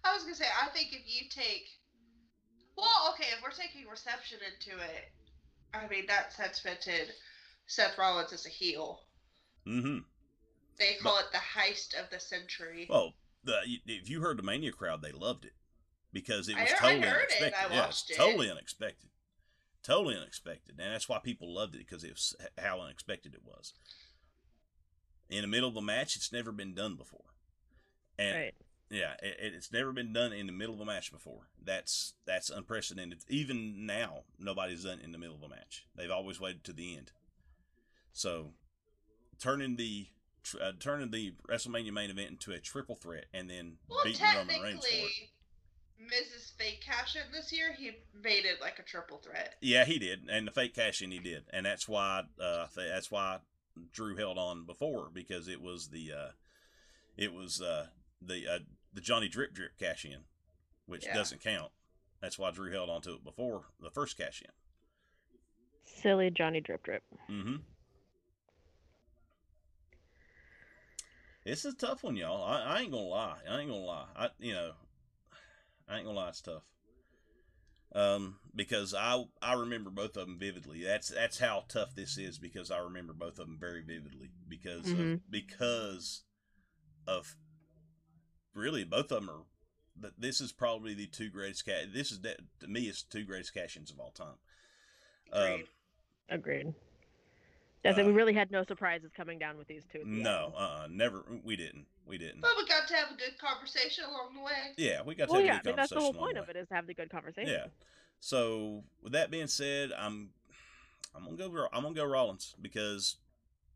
Speaker 3: I was gonna say, I think if you take, well, okay, if we're taking reception into it, I mean that cemented Seth Rollins as a heel.
Speaker 2: Mm-hmm.
Speaker 3: They call it the heist of the century.
Speaker 2: Well, the if you heard the Mania crowd, they loved it because it
Speaker 3: I
Speaker 2: was
Speaker 3: heard- I
Speaker 2: totally
Speaker 3: heard it.
Speaker 2: unexpected.
Speaker 3: I
Speaker 2: yeah,
Speaker 3: watched
Speaker 2: it's
Speaker 3: it.
Speaker 2: totally unexpected, totally unexpected, and that's why people loved it because it was how unexpected it was. In the middle of the match, it's never been done before, and
Speaker 4: right.
Speaker 2: yeah, it, it- it's never been done in the middle of a match before. That's that's unprecedented. Even now, nobody's done it in the middle of a match. They've always waited to the end. So, turning the tr- uh, turning the WrestleMania main event into a triple threat and then
Speaker 3: Well,
Speaker 2: beating Roman Reigns for it.
Speaker 3: technically, Mrs. Fake Cash in this year, he made it like a triple threat.
Speaker 2: Yeah, he did, and the fake cash in he did, and that's why uh, I thi- that's why Drew held on before because it was the uh, it was uh, the uh, the Johnny Drip Drip cash in, which
Speaker 3: Yeah.
Speaker 2: doesn't count. That's why Drew held on to it before the first cash in.
Speaker 4: Silly Johnny Drip Drip.
Speaker 2: Mm-hmm. It's a tough one, y'all. I, I ain't gonna lie. I ain't gonna lie. I you know, I ain't gonna lie. It's tough. Um, because I I remember both of them vividly. That's that's how tough this is because I remember both of them very vividly because of,
Speaker 4: Mhm.
Speaker 2: because of really both of them are. But this is probably the two greatest cash. This is that to me is two greatest cash ins of all time. Um,
Speaker 3: Agreed.
Speaker 4: Agreed. That's it.
Speaker 2: Uh,
Speaker 4: We really had no surprises coming down with these two. at the end.
Speaker 2: No, uh, never. We didn't. We didn't.
Speaker 3: But we got to have a good conversation along the way.
Speaker 2: Yeah, we got to
Speaker 4: Well,
Speaker 2: have
Speaker 4: yeah,
Speaker 2: a
Speaker 4: I
Speaker 2: good
Speaker 4: mean that's the whole
Speaker 2: conversation along
Speaker 4: point
Speaker 2: the
Speaker 4: of it is to have the good
Speaker 2: way.
Speaker 4: conversation.
Speaker 2: Yeah. So with that being said, I'm I'm gonna go I'm gonna go Rollins because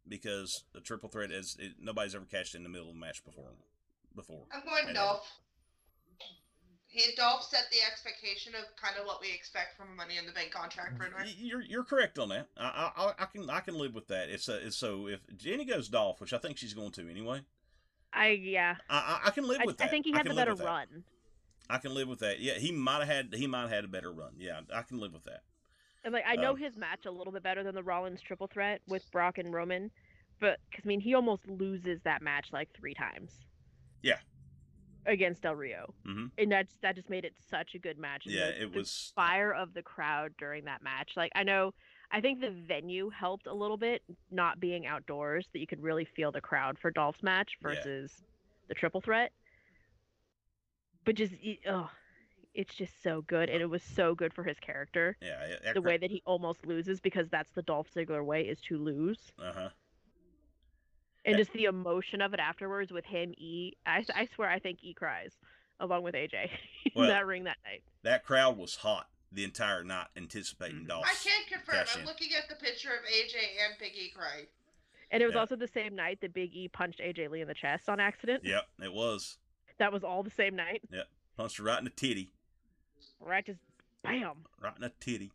Speaker 2: because the triple threat is it, nobody's ever cashed in the middle of a match before before.
Speaker 3: I'm going
Speaker 2: And-
Speaker 3: Dolph. He Dolph set the expectation of kind of what we expect from a Money in the Bank contract
Speaker 2: Y-
Speaker 3: winner.
Speaker 2: You're you're correct on that. I I, I- I can I can live with that. It's, a, it's so if Jenny goes Dolph, which I think she's going to anyway.
Speaker 4: I yeah.
Speaker 2: I I, I can live
Speaker 4: I,
Speaker 2: with
Speaker 4: I
Speaker 2: that.
Speaker 4: think he had
Speaker 2: can
Speaker 4: the
Speaker 2: live
Speaker 4: better
Speaker 2: with that.
Speaker 4: run.
Speaker 2: I can live with that. Yeah, he might have had he might have had a better run. Yeah, I can live with that.
Speaker 4: And like I know
Speaker 2: Um,
Speaker 4: his match a little bit better than the Rollins triple threat with Brock and Roman, but because I mean he almost loses that match like three times.
Speaker 2: Yeah.
Speaker 4: Against Del Rio,
Speaker 2: Mhm.
Speaker 4: and that's that just made it such a good match. and
Speaker 2: Yeah,
Speaker 4: the-
Speaker 2: it
Speaker 4: the
Speaker 2: was.
Speaker 4: fire of the crowd during that match. Like I know, I think the venue helped a little bit, not being outdoors, that you could really feel the crowd for Dolph's match
Speaker 2: Yeah.
Speaker 4: versus the triple threat. But just, oh, it's just so good, and it was so good for his character.
Speaker 2: Yeah, it- that
Speaker 4: The way that he almost loses because that's the Dolph Ziggler way is to lose,
Speaker 2: Uh huh.
Speaker 4: and
Speaker 2: Yeah.
Speaker 4: just the emotion of it afterwards with him. E, I, s- I swear, I think E cries along with AJ
Speaker 2: Well,
Speaker 4: in that ring that night.
Speaker 2: That crowd was hot the entire night, anticipating
Speaker 4: Mhm.
Speaker 2: Dolph.
Speaker 3: I can confirm.
Speaker 2: Cash
Speaker 3: I'm
Speaker 2: in.
Speaker 3: looking at the picture of AJ and Big E crying.
Speaker 4: And it was
Speaker 2: Yeah.
Speaker 4: also the same night that Big E punched AJ Lee in the chest on accident.
Speaker 2: Yep, it was
Speaker 4: That was all the same night.
Speaker 2: punched her right in the titty,
Speaker 4: Where I just bam.
Speaker 2: right in the titty.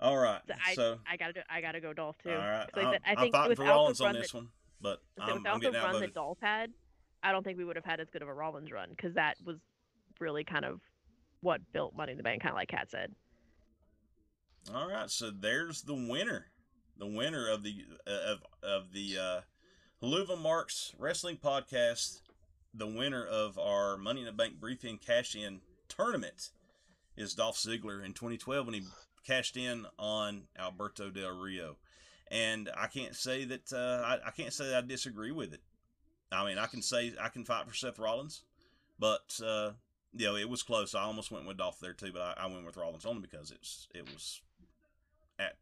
Speaker 2: All right,
Speaker 4: So I,
Speaker 2: so
Speaker 4: I gotta do, I gotta go Dolph too.
Speaker 2: all right,
Speaker 4: 'Cause like I
Speaker 2: I'm,
Speaker 4: said, I
Speaker 2: I'm
Speaker 4: think
Speaker 2: fighting for
Speaker 4: without the
Speaker 2: Rollins on
Speaker 4: run
Speaker 2: this
Speaker 4: that-
Speaker 2: one, but
Speaker 4: I said,
Speaker 2: I'm, I'm
Speaker 4: without the
Speaker 2: getting
Speaker 4: run
Speaker 2: outvoted.
Speaker 4: that Dolph had, I don't think we would have had as good of a Rollins run because that was really kind of what built Money in the Bank, kind of like Kat said.
Speaker 2: All right, so there's the winner, the winner of the of of the uh, Haluva Marks Wrestling Podcast, the winner of our Money in the Bank Brief In Cash In tournament is Dolph Ziggler in 2012 when he cashed in on Alberto Del Rio, and I can't say that uh, I, I can't say that I disagree with it. I mean, I can say I can fight for Seth Rollins, but uh, you know it was close. I almost went with Dolph there too, but I, I went with Rollins only because it's it was at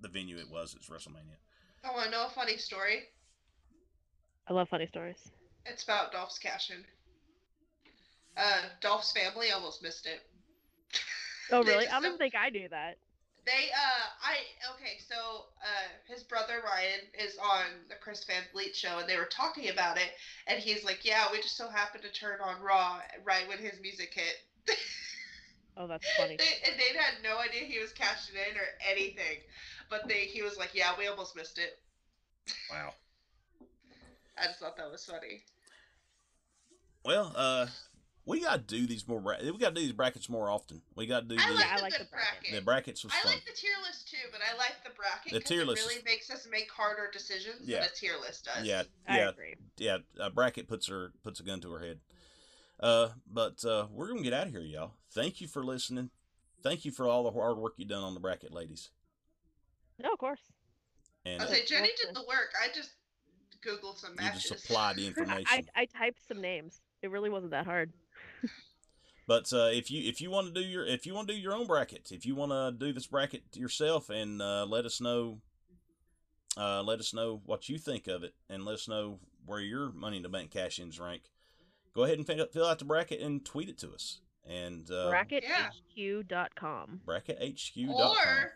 Speaker 2: the venue it was. It's WrestleMania.
Speaker 3: I want to know a funny story.
Speaker 4: I love funny stories.
Speaker 3: It's about Dolph's cashing. Uh, Dolph's family almost missed it.
Speaker 4: Oh
Speaker 3: They
Speaker 4: really?
Speaker 3: just
Speaker 4: I don't
Speaker 3: don't-
Speaker 4: even think I knew that.
Speaker 3: They uh I okay, so uh his brother Ryan is on the Chris Van Vliet show and they were talking about it and he's like, Yeah, we just so happened to turn on Raw right when his music hit.
Speaker 4: Oh, that's
Speaker 3: they,
Speaker 4: funny.
Speaker 3: and they had no idea he was cashing in or anything. But they he was like, Yeah, we almost missed it.
Speaker 2: Wow.
Speaker 3: I just thought that was funny.
Speaker 2: Well, uh, we gotta do these more. Bra- we gotta do these brackets more often. We gotta do
Speaker 3: I
Speaker 2: the,
Speaker 3: like,
Speaker 4: I
Speaker 3: the,
Speaker 4: like
Speaker 3: good
Speaker 4: the bracket.
Speaker 3: bracket.
Speaker 2: the brackets was
Speaker 3: I
Speaker 2: fun.
Speaker 3: like the tier list too, but I like the bracket
Speaker 2: The
Speaker 3: because
Speaker 2: tier
Speaker 3: it
Speaker 2: list
Speaker 3: really
Speaker 2: is-
Speaker 3: makes us make harder decisions
Speaker 2: Yeah.
Speaker 3: than a tier list does.
Speaker 2: yeah,
Speaker 4: I
Speaker 2: yeah,
Speaker 4: agree.
Speaker 2: yeah. A bracket puts her puts a gun to her head. Uh, but uh, we're gonna get out of here, y'all. Thank you for listening. Thank you for all the hard work you've done on the bracket, ladies.
Speaker 4: No, of course.
Speaker 2: And
Speaker 3: I
Speaker 2: uh,
Speaker 3: say Jenny
Speaker 4: What's
Speaker 3: did the work. I just googled some
Speaker 2: you
Speaker 3: matches.
Speaker 2: just apply the
Speaker 4: I,
Speaker 2: information.
Speaker 4: I I typed some names. It really wasn't that hard.
Speaker 2: But uh, if you if you want to do your if you want to do your own bracket, if you want to do this bracket yourself, and uh, let us know, uh, let us know what you think of it, and let us know where your money in the bank cash ins rank. Go ahead and fill out- fill out the bracket and tweet it to us. And uh,
Speaker 3: yeah.
Speaker 4: BracketHQ.com.
Speaker 2: brackethq.com.
Speaker 3: Or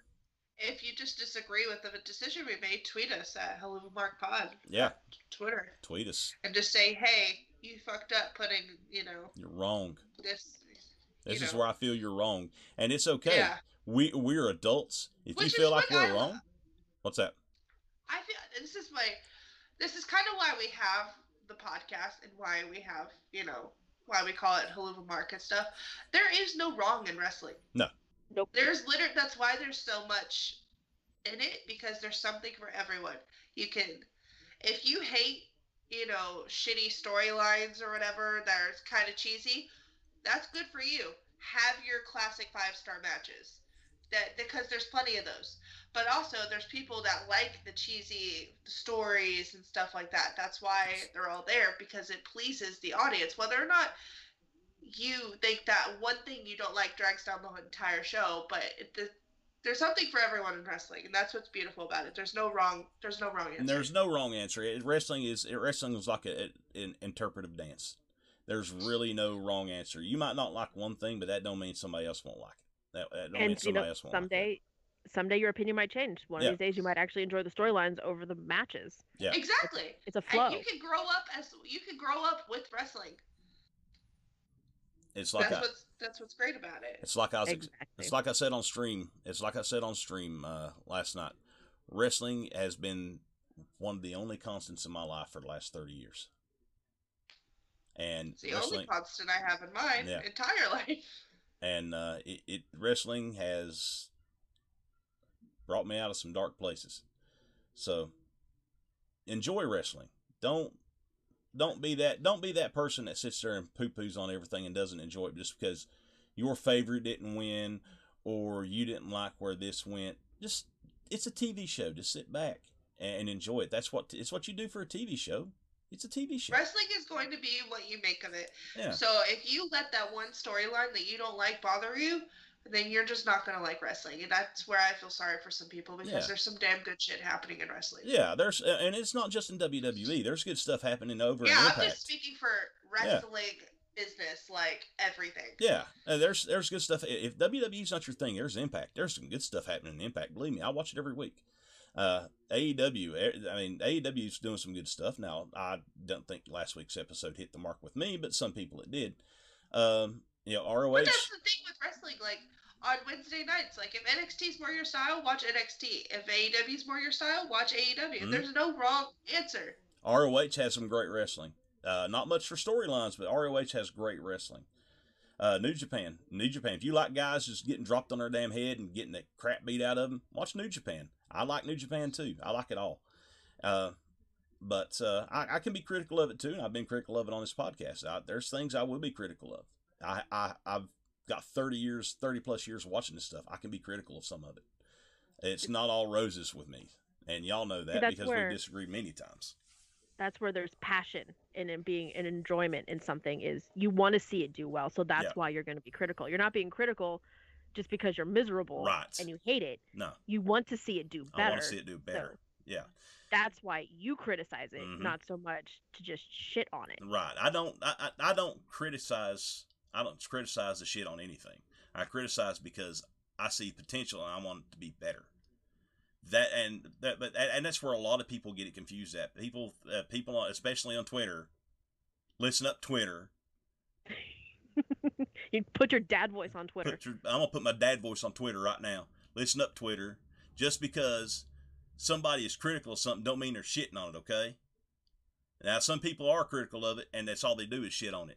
Speaker 3: if you just disagree with the decision we made, tweet us at Hello Mark Pod,
Speaker 2: Yeah,
Speaker 3: Twitter,
Speaker 2: tweet us.
Speaker 3: and just say, "Hey, you fucked up putting you know
Speaker 2: You're wrong.
Speaker 3: this."
Speaker 2: This
Speaker 3: You
Speaker 2: is
Speaker 3: know.
Speaker 2: where I feel you're wrong, and it's okay.
Speaker 3: Yeah,
Speaker 2: We we're adults. If
Speaker 3: Which
Speaker 2: you
Speaker 3: is
Speaker 2: feel like
Speaker 3: what
Speaker 2: we're
Speaker 3: I-
Speaker 2: wrong, what's that?
Speaker 3: I feel this is my this is kind of why we have the podcast and why we have you know why we call it Hello Mark and stuff. There is no wrong in wrestling.
Speaker 4: Nope.
Speaker 3: there's literally that's why there's so much in it because there's something for everyone you can if you hate you know shitty storylines or whatever that's kind of cheesy that's good for you have your classic five star matches that because there's plenty of those but also there's people that like the cheesy stories and stuff like that that's why they're all there because it pleases the audience whether or not you think that one thing you don't like drags down the entire show, but it, the There's something for everyone in wrestling, and that's what's beautiful about it. There's no wrong. There's no wrong answer.
Speaker 2: And there's no wrong answer. It- Wrestling is it- wrestling is like a, an interpretive dance. There's really no wrong answer. You might not like one thing, but that don't mean somebody else won't like it. That, that don't mean
Speaker 4: and you
Speaker 2: somebody
Speaker 4: know,
Speaker 2: else won't. like it.
Speaker 4: someday, someday your opinion might change. One
Speaker 2: Yeah.
Speaker 4: of these days, you might actually enjoy the storylines over the matches.
Speaker 2: Yeah.
Speaker 3: Exactly.
Speaker 4: It's a flow.
Speaker 3: And you can grow up as you can grow up with wrestling.
Speaker 2: It's like
Speaker 3: that's
Speaker 2: I,
Speaker 3: what's that's what's great about it.
Speaker 2: it's like I was ex-
Speaker 4: exactly.
Speaker 2: It's like I said on stream. It's like I said on stream uh, last night. Wrestling has been one of the only constants in my life for the last thirty years. And
Speaker 3: It's the
Speaker 2: wrestling,
Speaker 3: only constant I have in my
Speaker 2: Yeah.
Speaker 3: entire life.
Speaker 2: and uh, it, it wrestling has brought me out of some dark places. So enjoy wrestling. Don't don't be that don't be that person that sits there and poo poos on everything and doesn't enjoy it just because your favorite didn't win or you didn't like where this went. Just it's a TV show. Just sit back and enjoy it. That's what it's what you do for a TV show. It's a TV show.
Speaker 3: Wrestling is going to be what you make of it.
Speaker 2: Yeah.
Speaker 3: So if you let that one storyline that you don't like bother you, then you're just not going to like wrestling. And that's where I feel sorry for some people because
Speaker 2: Yeah.
Speaker 3: there's some damn good shit happening in wrestling.
Speaker 2: Yeah, there's and it's not just in WWE. There's good stuff happening over
Speaker 3: Yeah,
Speaker 2: in
Speaker 3: I'm
Speaker 2: Impact.
Speaker 3: just speaking for wrestling business, like everything.
Speaker 2: Yeah, uh, there's there's good stuff. I- If WWE's not your thing, there's Impact. There's some good stuff happening in Impact. Believe me, I watch it every week. Uh, AEW, eh, I mean AEW's doing some good stuff. Now I don't think last week's episode hit the mark with me, but some people it did. Um, you know ROH.
Speaker 3: But that's the thing with wrestling, like on Wednesday nights, like if NXT's more your style, watch NXT. If AEW's more your style, watch AEW.
Speaker 2: Mhm.
Speaker 3: There's no wrong answer.
Speaker 2: ROH has some great wrestling. Uh, not much for storylines, but ROH has great wrestling. Uh, New Japan, New Japan. If you like guys just getting dropped on their damn head and getting the crap beat out of them, watch New Japan. I like New Japan too. I like it all. Uh, but uh, I, I can be critical of it too, and I've been critical of it on this podcast. I, there's things I will be critical of. I, I I've got 30 years, 30 plus years watching this stuff. I can be critical of some of it. It's not all roses with me, and y'all know that
Speaker 4: that's
Speaker 2: because
Speaker 4: where-
Speaker 2: we disagree many times.
Speaker 4: that's where there's passion and in being an enjoyment in something is you want to see it do well so that's
Speaker 2: Yeah.
Speaker 4: why you're going to be critical you're not being critical just because you're miserable
Speaker 2: Right.
Speaker 4: and you hate it
Speaker 2: No,
Speaker 4: you want to see it do
Speaker 2: I
Speaker 4: better
Speaker 2: want to see it do better. Yeah.
Speaker 4: that's why you criticize it
Speaker 2: Mhm.
Speaker 4: not so much to just shit on it
Speaker 2: Right. I don't. I, I, I don't criticize. I don't criticize the shit on anything. I criticize because I see potential and I want it to be better. That and that, but and and that's where a lot of people get it confused. At people, uh, people, on- especially on Twitter, listen up, Twitter.
Speaker 4: you put your dad voice on twitter
Speaker 2: Put your, I'm gonna put my dad voice on Twitter right now. Listen up, Twitter. Just because somebody is critical of something, don't mean they're shitting on it. Okay. Now, some people are critical of it, and that's all they do is shit on it.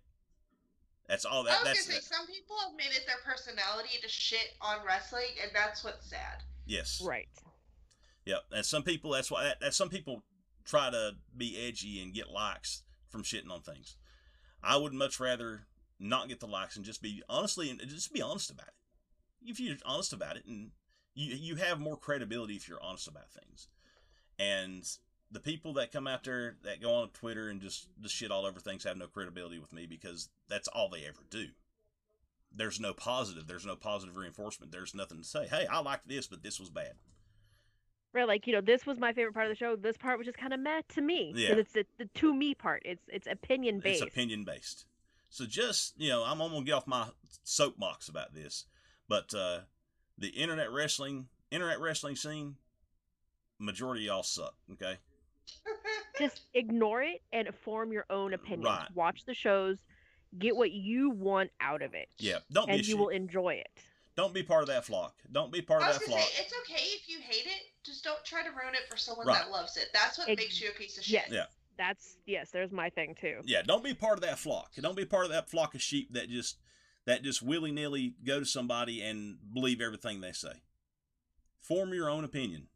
Speaker 2: That's all that.
Speaker 3: I was
Speaker 2: that's
Speaker 3: gonna say some people have made it their personality to shit on wrestling, and that's what's sad.
Speaker 2: yes.
Speaker 4: right
Speaker 2: Yep. And some people. That's why. That, that some people try to be edgy and get likes from shitting on things. I would much rather not get the likes and just be honestly and just be honest about it. If you're honest about it, and you you have more credibility if you're honest about things. And the people that come out there that go on Twitter and just just shit all over things have no credibility with me because that's all they ever do. There's no positive. There's no positive reinforcement. There's nothing to say. Hey, I liked this, but this was bad.
Speaker 4: right like you know this was my favorite part of the show this part was just kind of meh to me 'Cause
Speaker 2: Yeah.
Speaker 4: it's the, the to me part it's it's opinion based
Speaker 2: It's opinion based. So just you know, I'm, I'm gonna get off my soapbox about this, but uh, the internet wrestling, internet wrestling scene, majority of y'all suck. Okay,
Speaker 4: just ignore it and form your own opinions.
Speaker 2: Right.
Speaker 4: Watch the shows, get what you want out of it.
Speaker 2: yeah, don't be a
Speaker 4: And you
Speaker 2: sheep.
Speaker 4: will enjoy it.
Speaker 2: Don't be part of that flock. Don't be part
Speaker 3: I
Speaker 2: of
Speaker 3: was
Speaker 2: that
Speaker 3: gonna
Speaker 2: flock.
Speaker 3: say it's okay if you hate it, just don't try to ruin it for someone
Speaker 2: Right.
Speaker 3: that loves it. That's what
Speaker 4: Ex-
Speaker 3: makes you a piece of shit.
Speaker 4: Yes.
Speaker 2: Yeah.
Speaker 4: That's yes, there's my thing too.
Speaker 2: Yeah, don't be part of that flock. Don't be part of that flock of sheep that just that just willy nilly go to somebody and believe everything they say. Form your own opinion.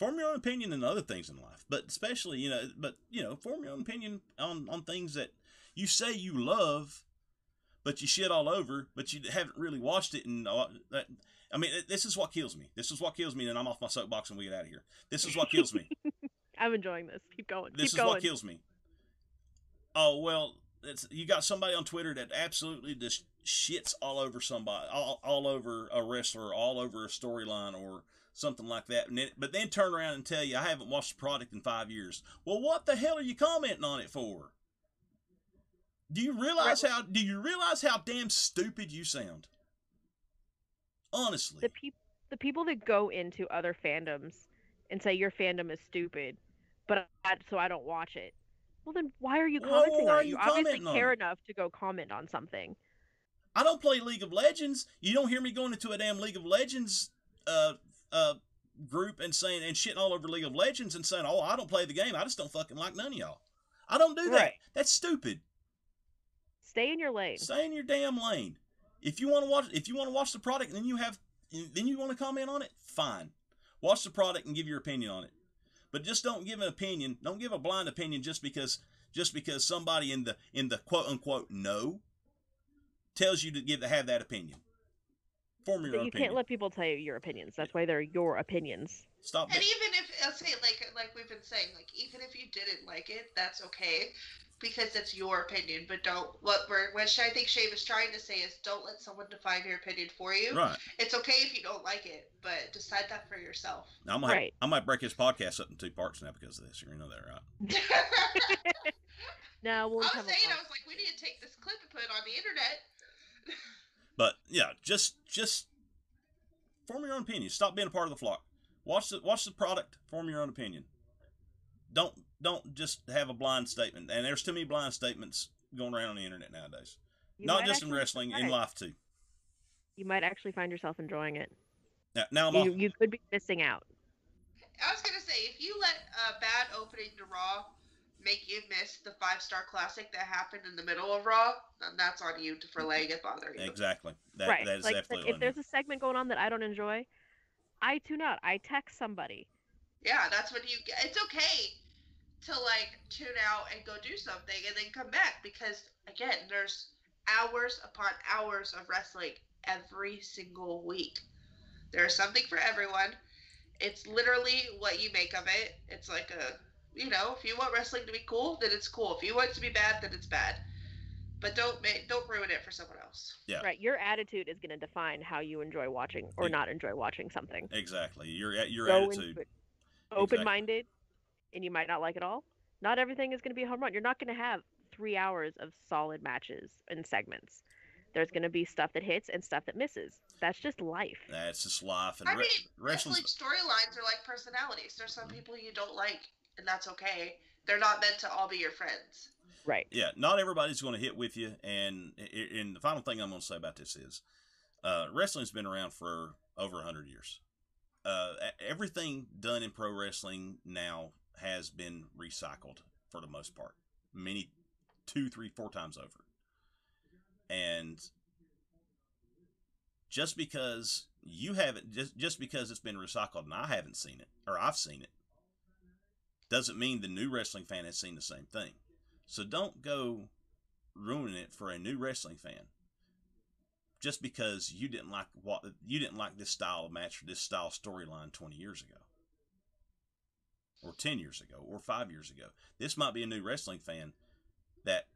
Speaker 2: Form your own opinion in other things in life, but especially you know, but you know, form your own opinion on on things that you say you love, but you shit all over, but you haven't really watched it. And all that, I mean, this is what kills me. This is what kills me. And I'm off my soapbox and we get out of here. This is what kills me
Speaker 4: I'm enjoying this. Keep going.
Speaker 2: this
Speaker 4: Keep
Speaker 2: is
Speaker 4: going.
Speaker 2: what kills me. Oh well, it's, you got somebody on Twitter that absolutely just shits all over somebody, all, all over a wrestler, all over a storyline or something like that. And then, but then turn around and tell you, I haven't watched the product in five years. Well, what the hell are you commenting on it for? Do you realize how? Do you realize how damn stupid you sound? Honestly,
Speaker 4: The people the people that go into other fandoms and say your fandom is stupid, but I, so I don't watch it. Well, then why are you
Speaker 2: Well,
Speaker 4: commenting
Speaker 2: why
Speaker 4: on
Speaker 2: are
Speaker 4: it?
Speaker 2: you
Speaker 4: You obviously
Speaker 2: commenting on
Speaker 4: care
Speaker 2: it?
Speaker 4: enough to go comment on something.
Speaker 2: I don't play League of Legends. You don't hear me going into a damn League of Legends uh uh group and saying and shitting all over League of Legends and saying, "Oh, I don't play the game. I just don't fucking like none of y'all." I don't do that.
Speaker 4: Right.
Speaker 2: That's stupid.
Speaker 4: Stay in your lane.
Speaker 2: Stay in your damn lane. If you want to watch, if you want to watch the product, and then you have, then you want to comment on it. Fine, watch the product and give your opinion on it. But just don't give an opinion. Don't give a blind opinion just because just because somebody in the in the quote unquote no tells you to give to have that opinion. Form your
Speaker 4: But
Speaker 2: own
Speaker 4: you
Speaker 2: opinion.
Speaker 4: can't let people tell you your opinions. That's why they're your opinions.
Speaker 2: Stop
Speaker 3: And
Speaker 2: that.
Speaker 3: even if I'll say like like we've been saying, like even if you didn't like it, that's okay. Because that's your opinion, but don't what we're which I think Shave is trying to say is don't let someone define your opinion for you.
Speaker 2: Right.
Speaker 3: It's okay if you don't like it, but decide that for yourself.
Speaker 2: Now, I might
Speaker 4: Right.
Speaker 2: I might break this podcast up in two parts now because of this. You know that, right?
Speaker 3: I
Speaker 4: No, we'll
Speaker 3: was
Speaker 4: just have a
Speaker 3: saying, I
Speaker 4: long-
Speaker 3: was like, we need to take this clip and put it on the internet.
Speaker 2: But yeah, just just form your own opinion. Stop being a part of the flock. Watch the watch the product. Form your own opinion. Don't don't just have a blind statement. And there's too many blind statements going around on the internet nowadays.
Speaker 4: you
Speaker 2: Not
Speaker 4: might
Speaker 2: just in
Speaker 4: actually
Speaker 2: wrestling, in
Speaker 4: find-
Speaker 2: life too.
Speaker 4: You might actually find yourself enjoying it.
Speaker 2: Now, now I'm
Speaker 4: You,
Speaker 2: off.
Speaker 4: you could be missing out.
Speaker 3: I was gonna say, if you let a bad opening to Raw make you miss the five star classic that happened in the middle of Raw, then that's on you for letting it bother you.
Speaker 2: exactly. That
Speaker 4: right.
Speaker 2: that is
Speaker 4: like, like,
Speaker 2: absolutely.
Speaker 4: if there's a segment going on that I don't enjoy, I tune out. I text somebody.
Speaker 3: Yeah, that's when you. get- It's okay to like tune out and go do something and then come back because again, there's hours upon hours of wrestling every single week. There's something for everyone. It's literally what you make of it. It's like a, you know, if you want wrestling to be cool, then it's cool. If you want it to be bad, then it's bad. But don't make, don't ruin it for someone else.
Speaker 2: Yeah.
Speaker 4: Right. Your attitude is going to define how you enjoy watching or
Speaker 2: Ex-
Speaker 4: not enjoy watching something.
Speaker 2: exactly your your
Speaker 4: Go into
Speaker 2: attitude.
Speaker 4: it open-minded, and you might not like it all. Not everything is going to be a home run. You're not going to have three hours of solid matches and segments. There's going to be stuff that hits and stuff that misses. That's just life.
Speaker 2: That's just life. And
Speaker 3: I
Speaker 2: re-
Speaker 3: mean,
Speaker 2: wrestling's
Speaker 3: Wrestling storylines are like personalities. There's some people you don't like, and that's okay. They're not meant to all be your friends.
Speaker 4: Right.
Speaker 2: yeah, not everybody's going to hit with you. And and the final thing I'm going to say about this is, uh, wrestling's been around for over hundred years. Uh, e- everything done in pro wrestling now has been recycled for the most part, many two, three, four times over. And just because you haven't, just just because it's been recycled and I haven't seen it or I've seen it, doesn't mean the new wrestling fan has seen the same thing. So don't go ruining it for a new wrestling fan just because you didn't like what you didn't like this style of match or this style storyline 20 years ago or 10 years ago or 5 years ago. This might be a new wrestling fan that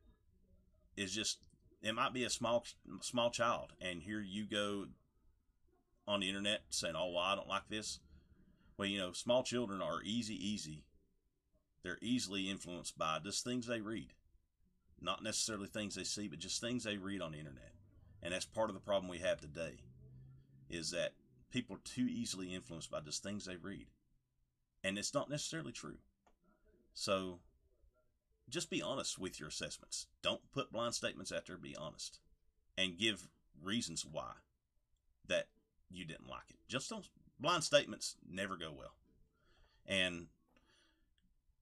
Speaker 2: is just it might be a small small child and here you go on the internet saying, "Oh, well, I don't like this." Well, you know, small children are easy easy they're easily influenced by just things they read not necessarily things they see but just things they read on the internet and that's part of the problem we have today is that people are too easily influenced by just things they read and it's not necessarily true so just be honest with your assessments don't put blind statements out there be honest and give reasons why that you didn't like it just don't blind statements never go well and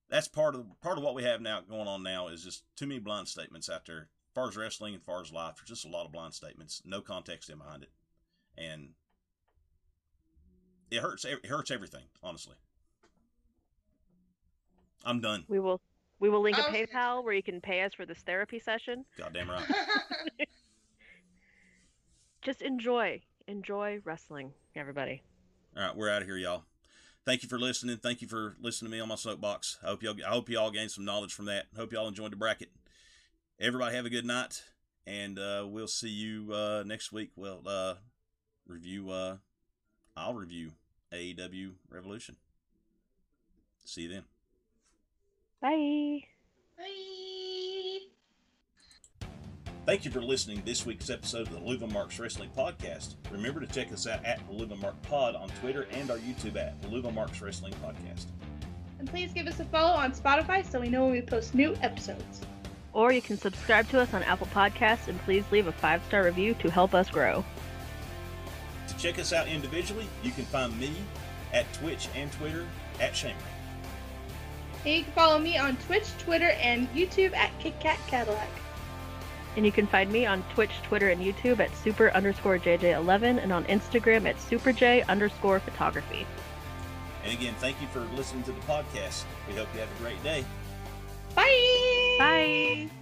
Speaker 2: that's part of part of what we have now going on now is just too many blind statements out there. As far as wrestling and far as life, there's just a lot of blind statements, no context in behind it, and it hurts. It hurts everything, honestly. I'm done.
Speaker 4: We will we will link a
Speaker 3: Oh, yeah.
Speaker 4: PayPal where you can pay us for this therapy session.
Speaker 2: Goddamn right.
Speaker 4: Just enjoy enjoy wrestling, everybody.
Speaker 2: All right, we're out of here, y'all. Thank you for listening. Thank you for listening to me on my soapbox. I hope y'all. I hope y'all gained some knowledge from that. Hope y'all enjoyed the bracket. Everybody have a good night, and uh, we'll see you uh, next week. We'll uh, review. Uh, I'll review AEW Revolution. See you then.
Speaker 4: Bye.
Speaker 3: Bye.
Speaker 2: Thank you for listening to this week's episode of the Luva Marks Wrestling Podcast. Remember to check us out at the Luva Mark Pod on Twitter and our YouTube at the Luva Marks Wrestling Podcast.
Speaker 5: And please give us a follow on Spotify so we know when we post new episodes.
Speaker 4: Or you can subscribe to us on Apple Podcasts and please leave a five star review to help us grow.
Speaker 2: To check us out individually, you can find me at Twitch and Twitter at Shamer.
Speaker 5: And you can follow me on Twitch, Twitter, and YouTube at KitKat Cadillac.
Speaker 4: And you can find me on Twitch, Twitter, and YouTube at super underscore JJ11 and on Instagram at superj underscore photography.
Speaker 2: And again, thank you for listening to the podcast. We hope you have a great day.
Speaker 5: Bye.
Speaker 4: Bye.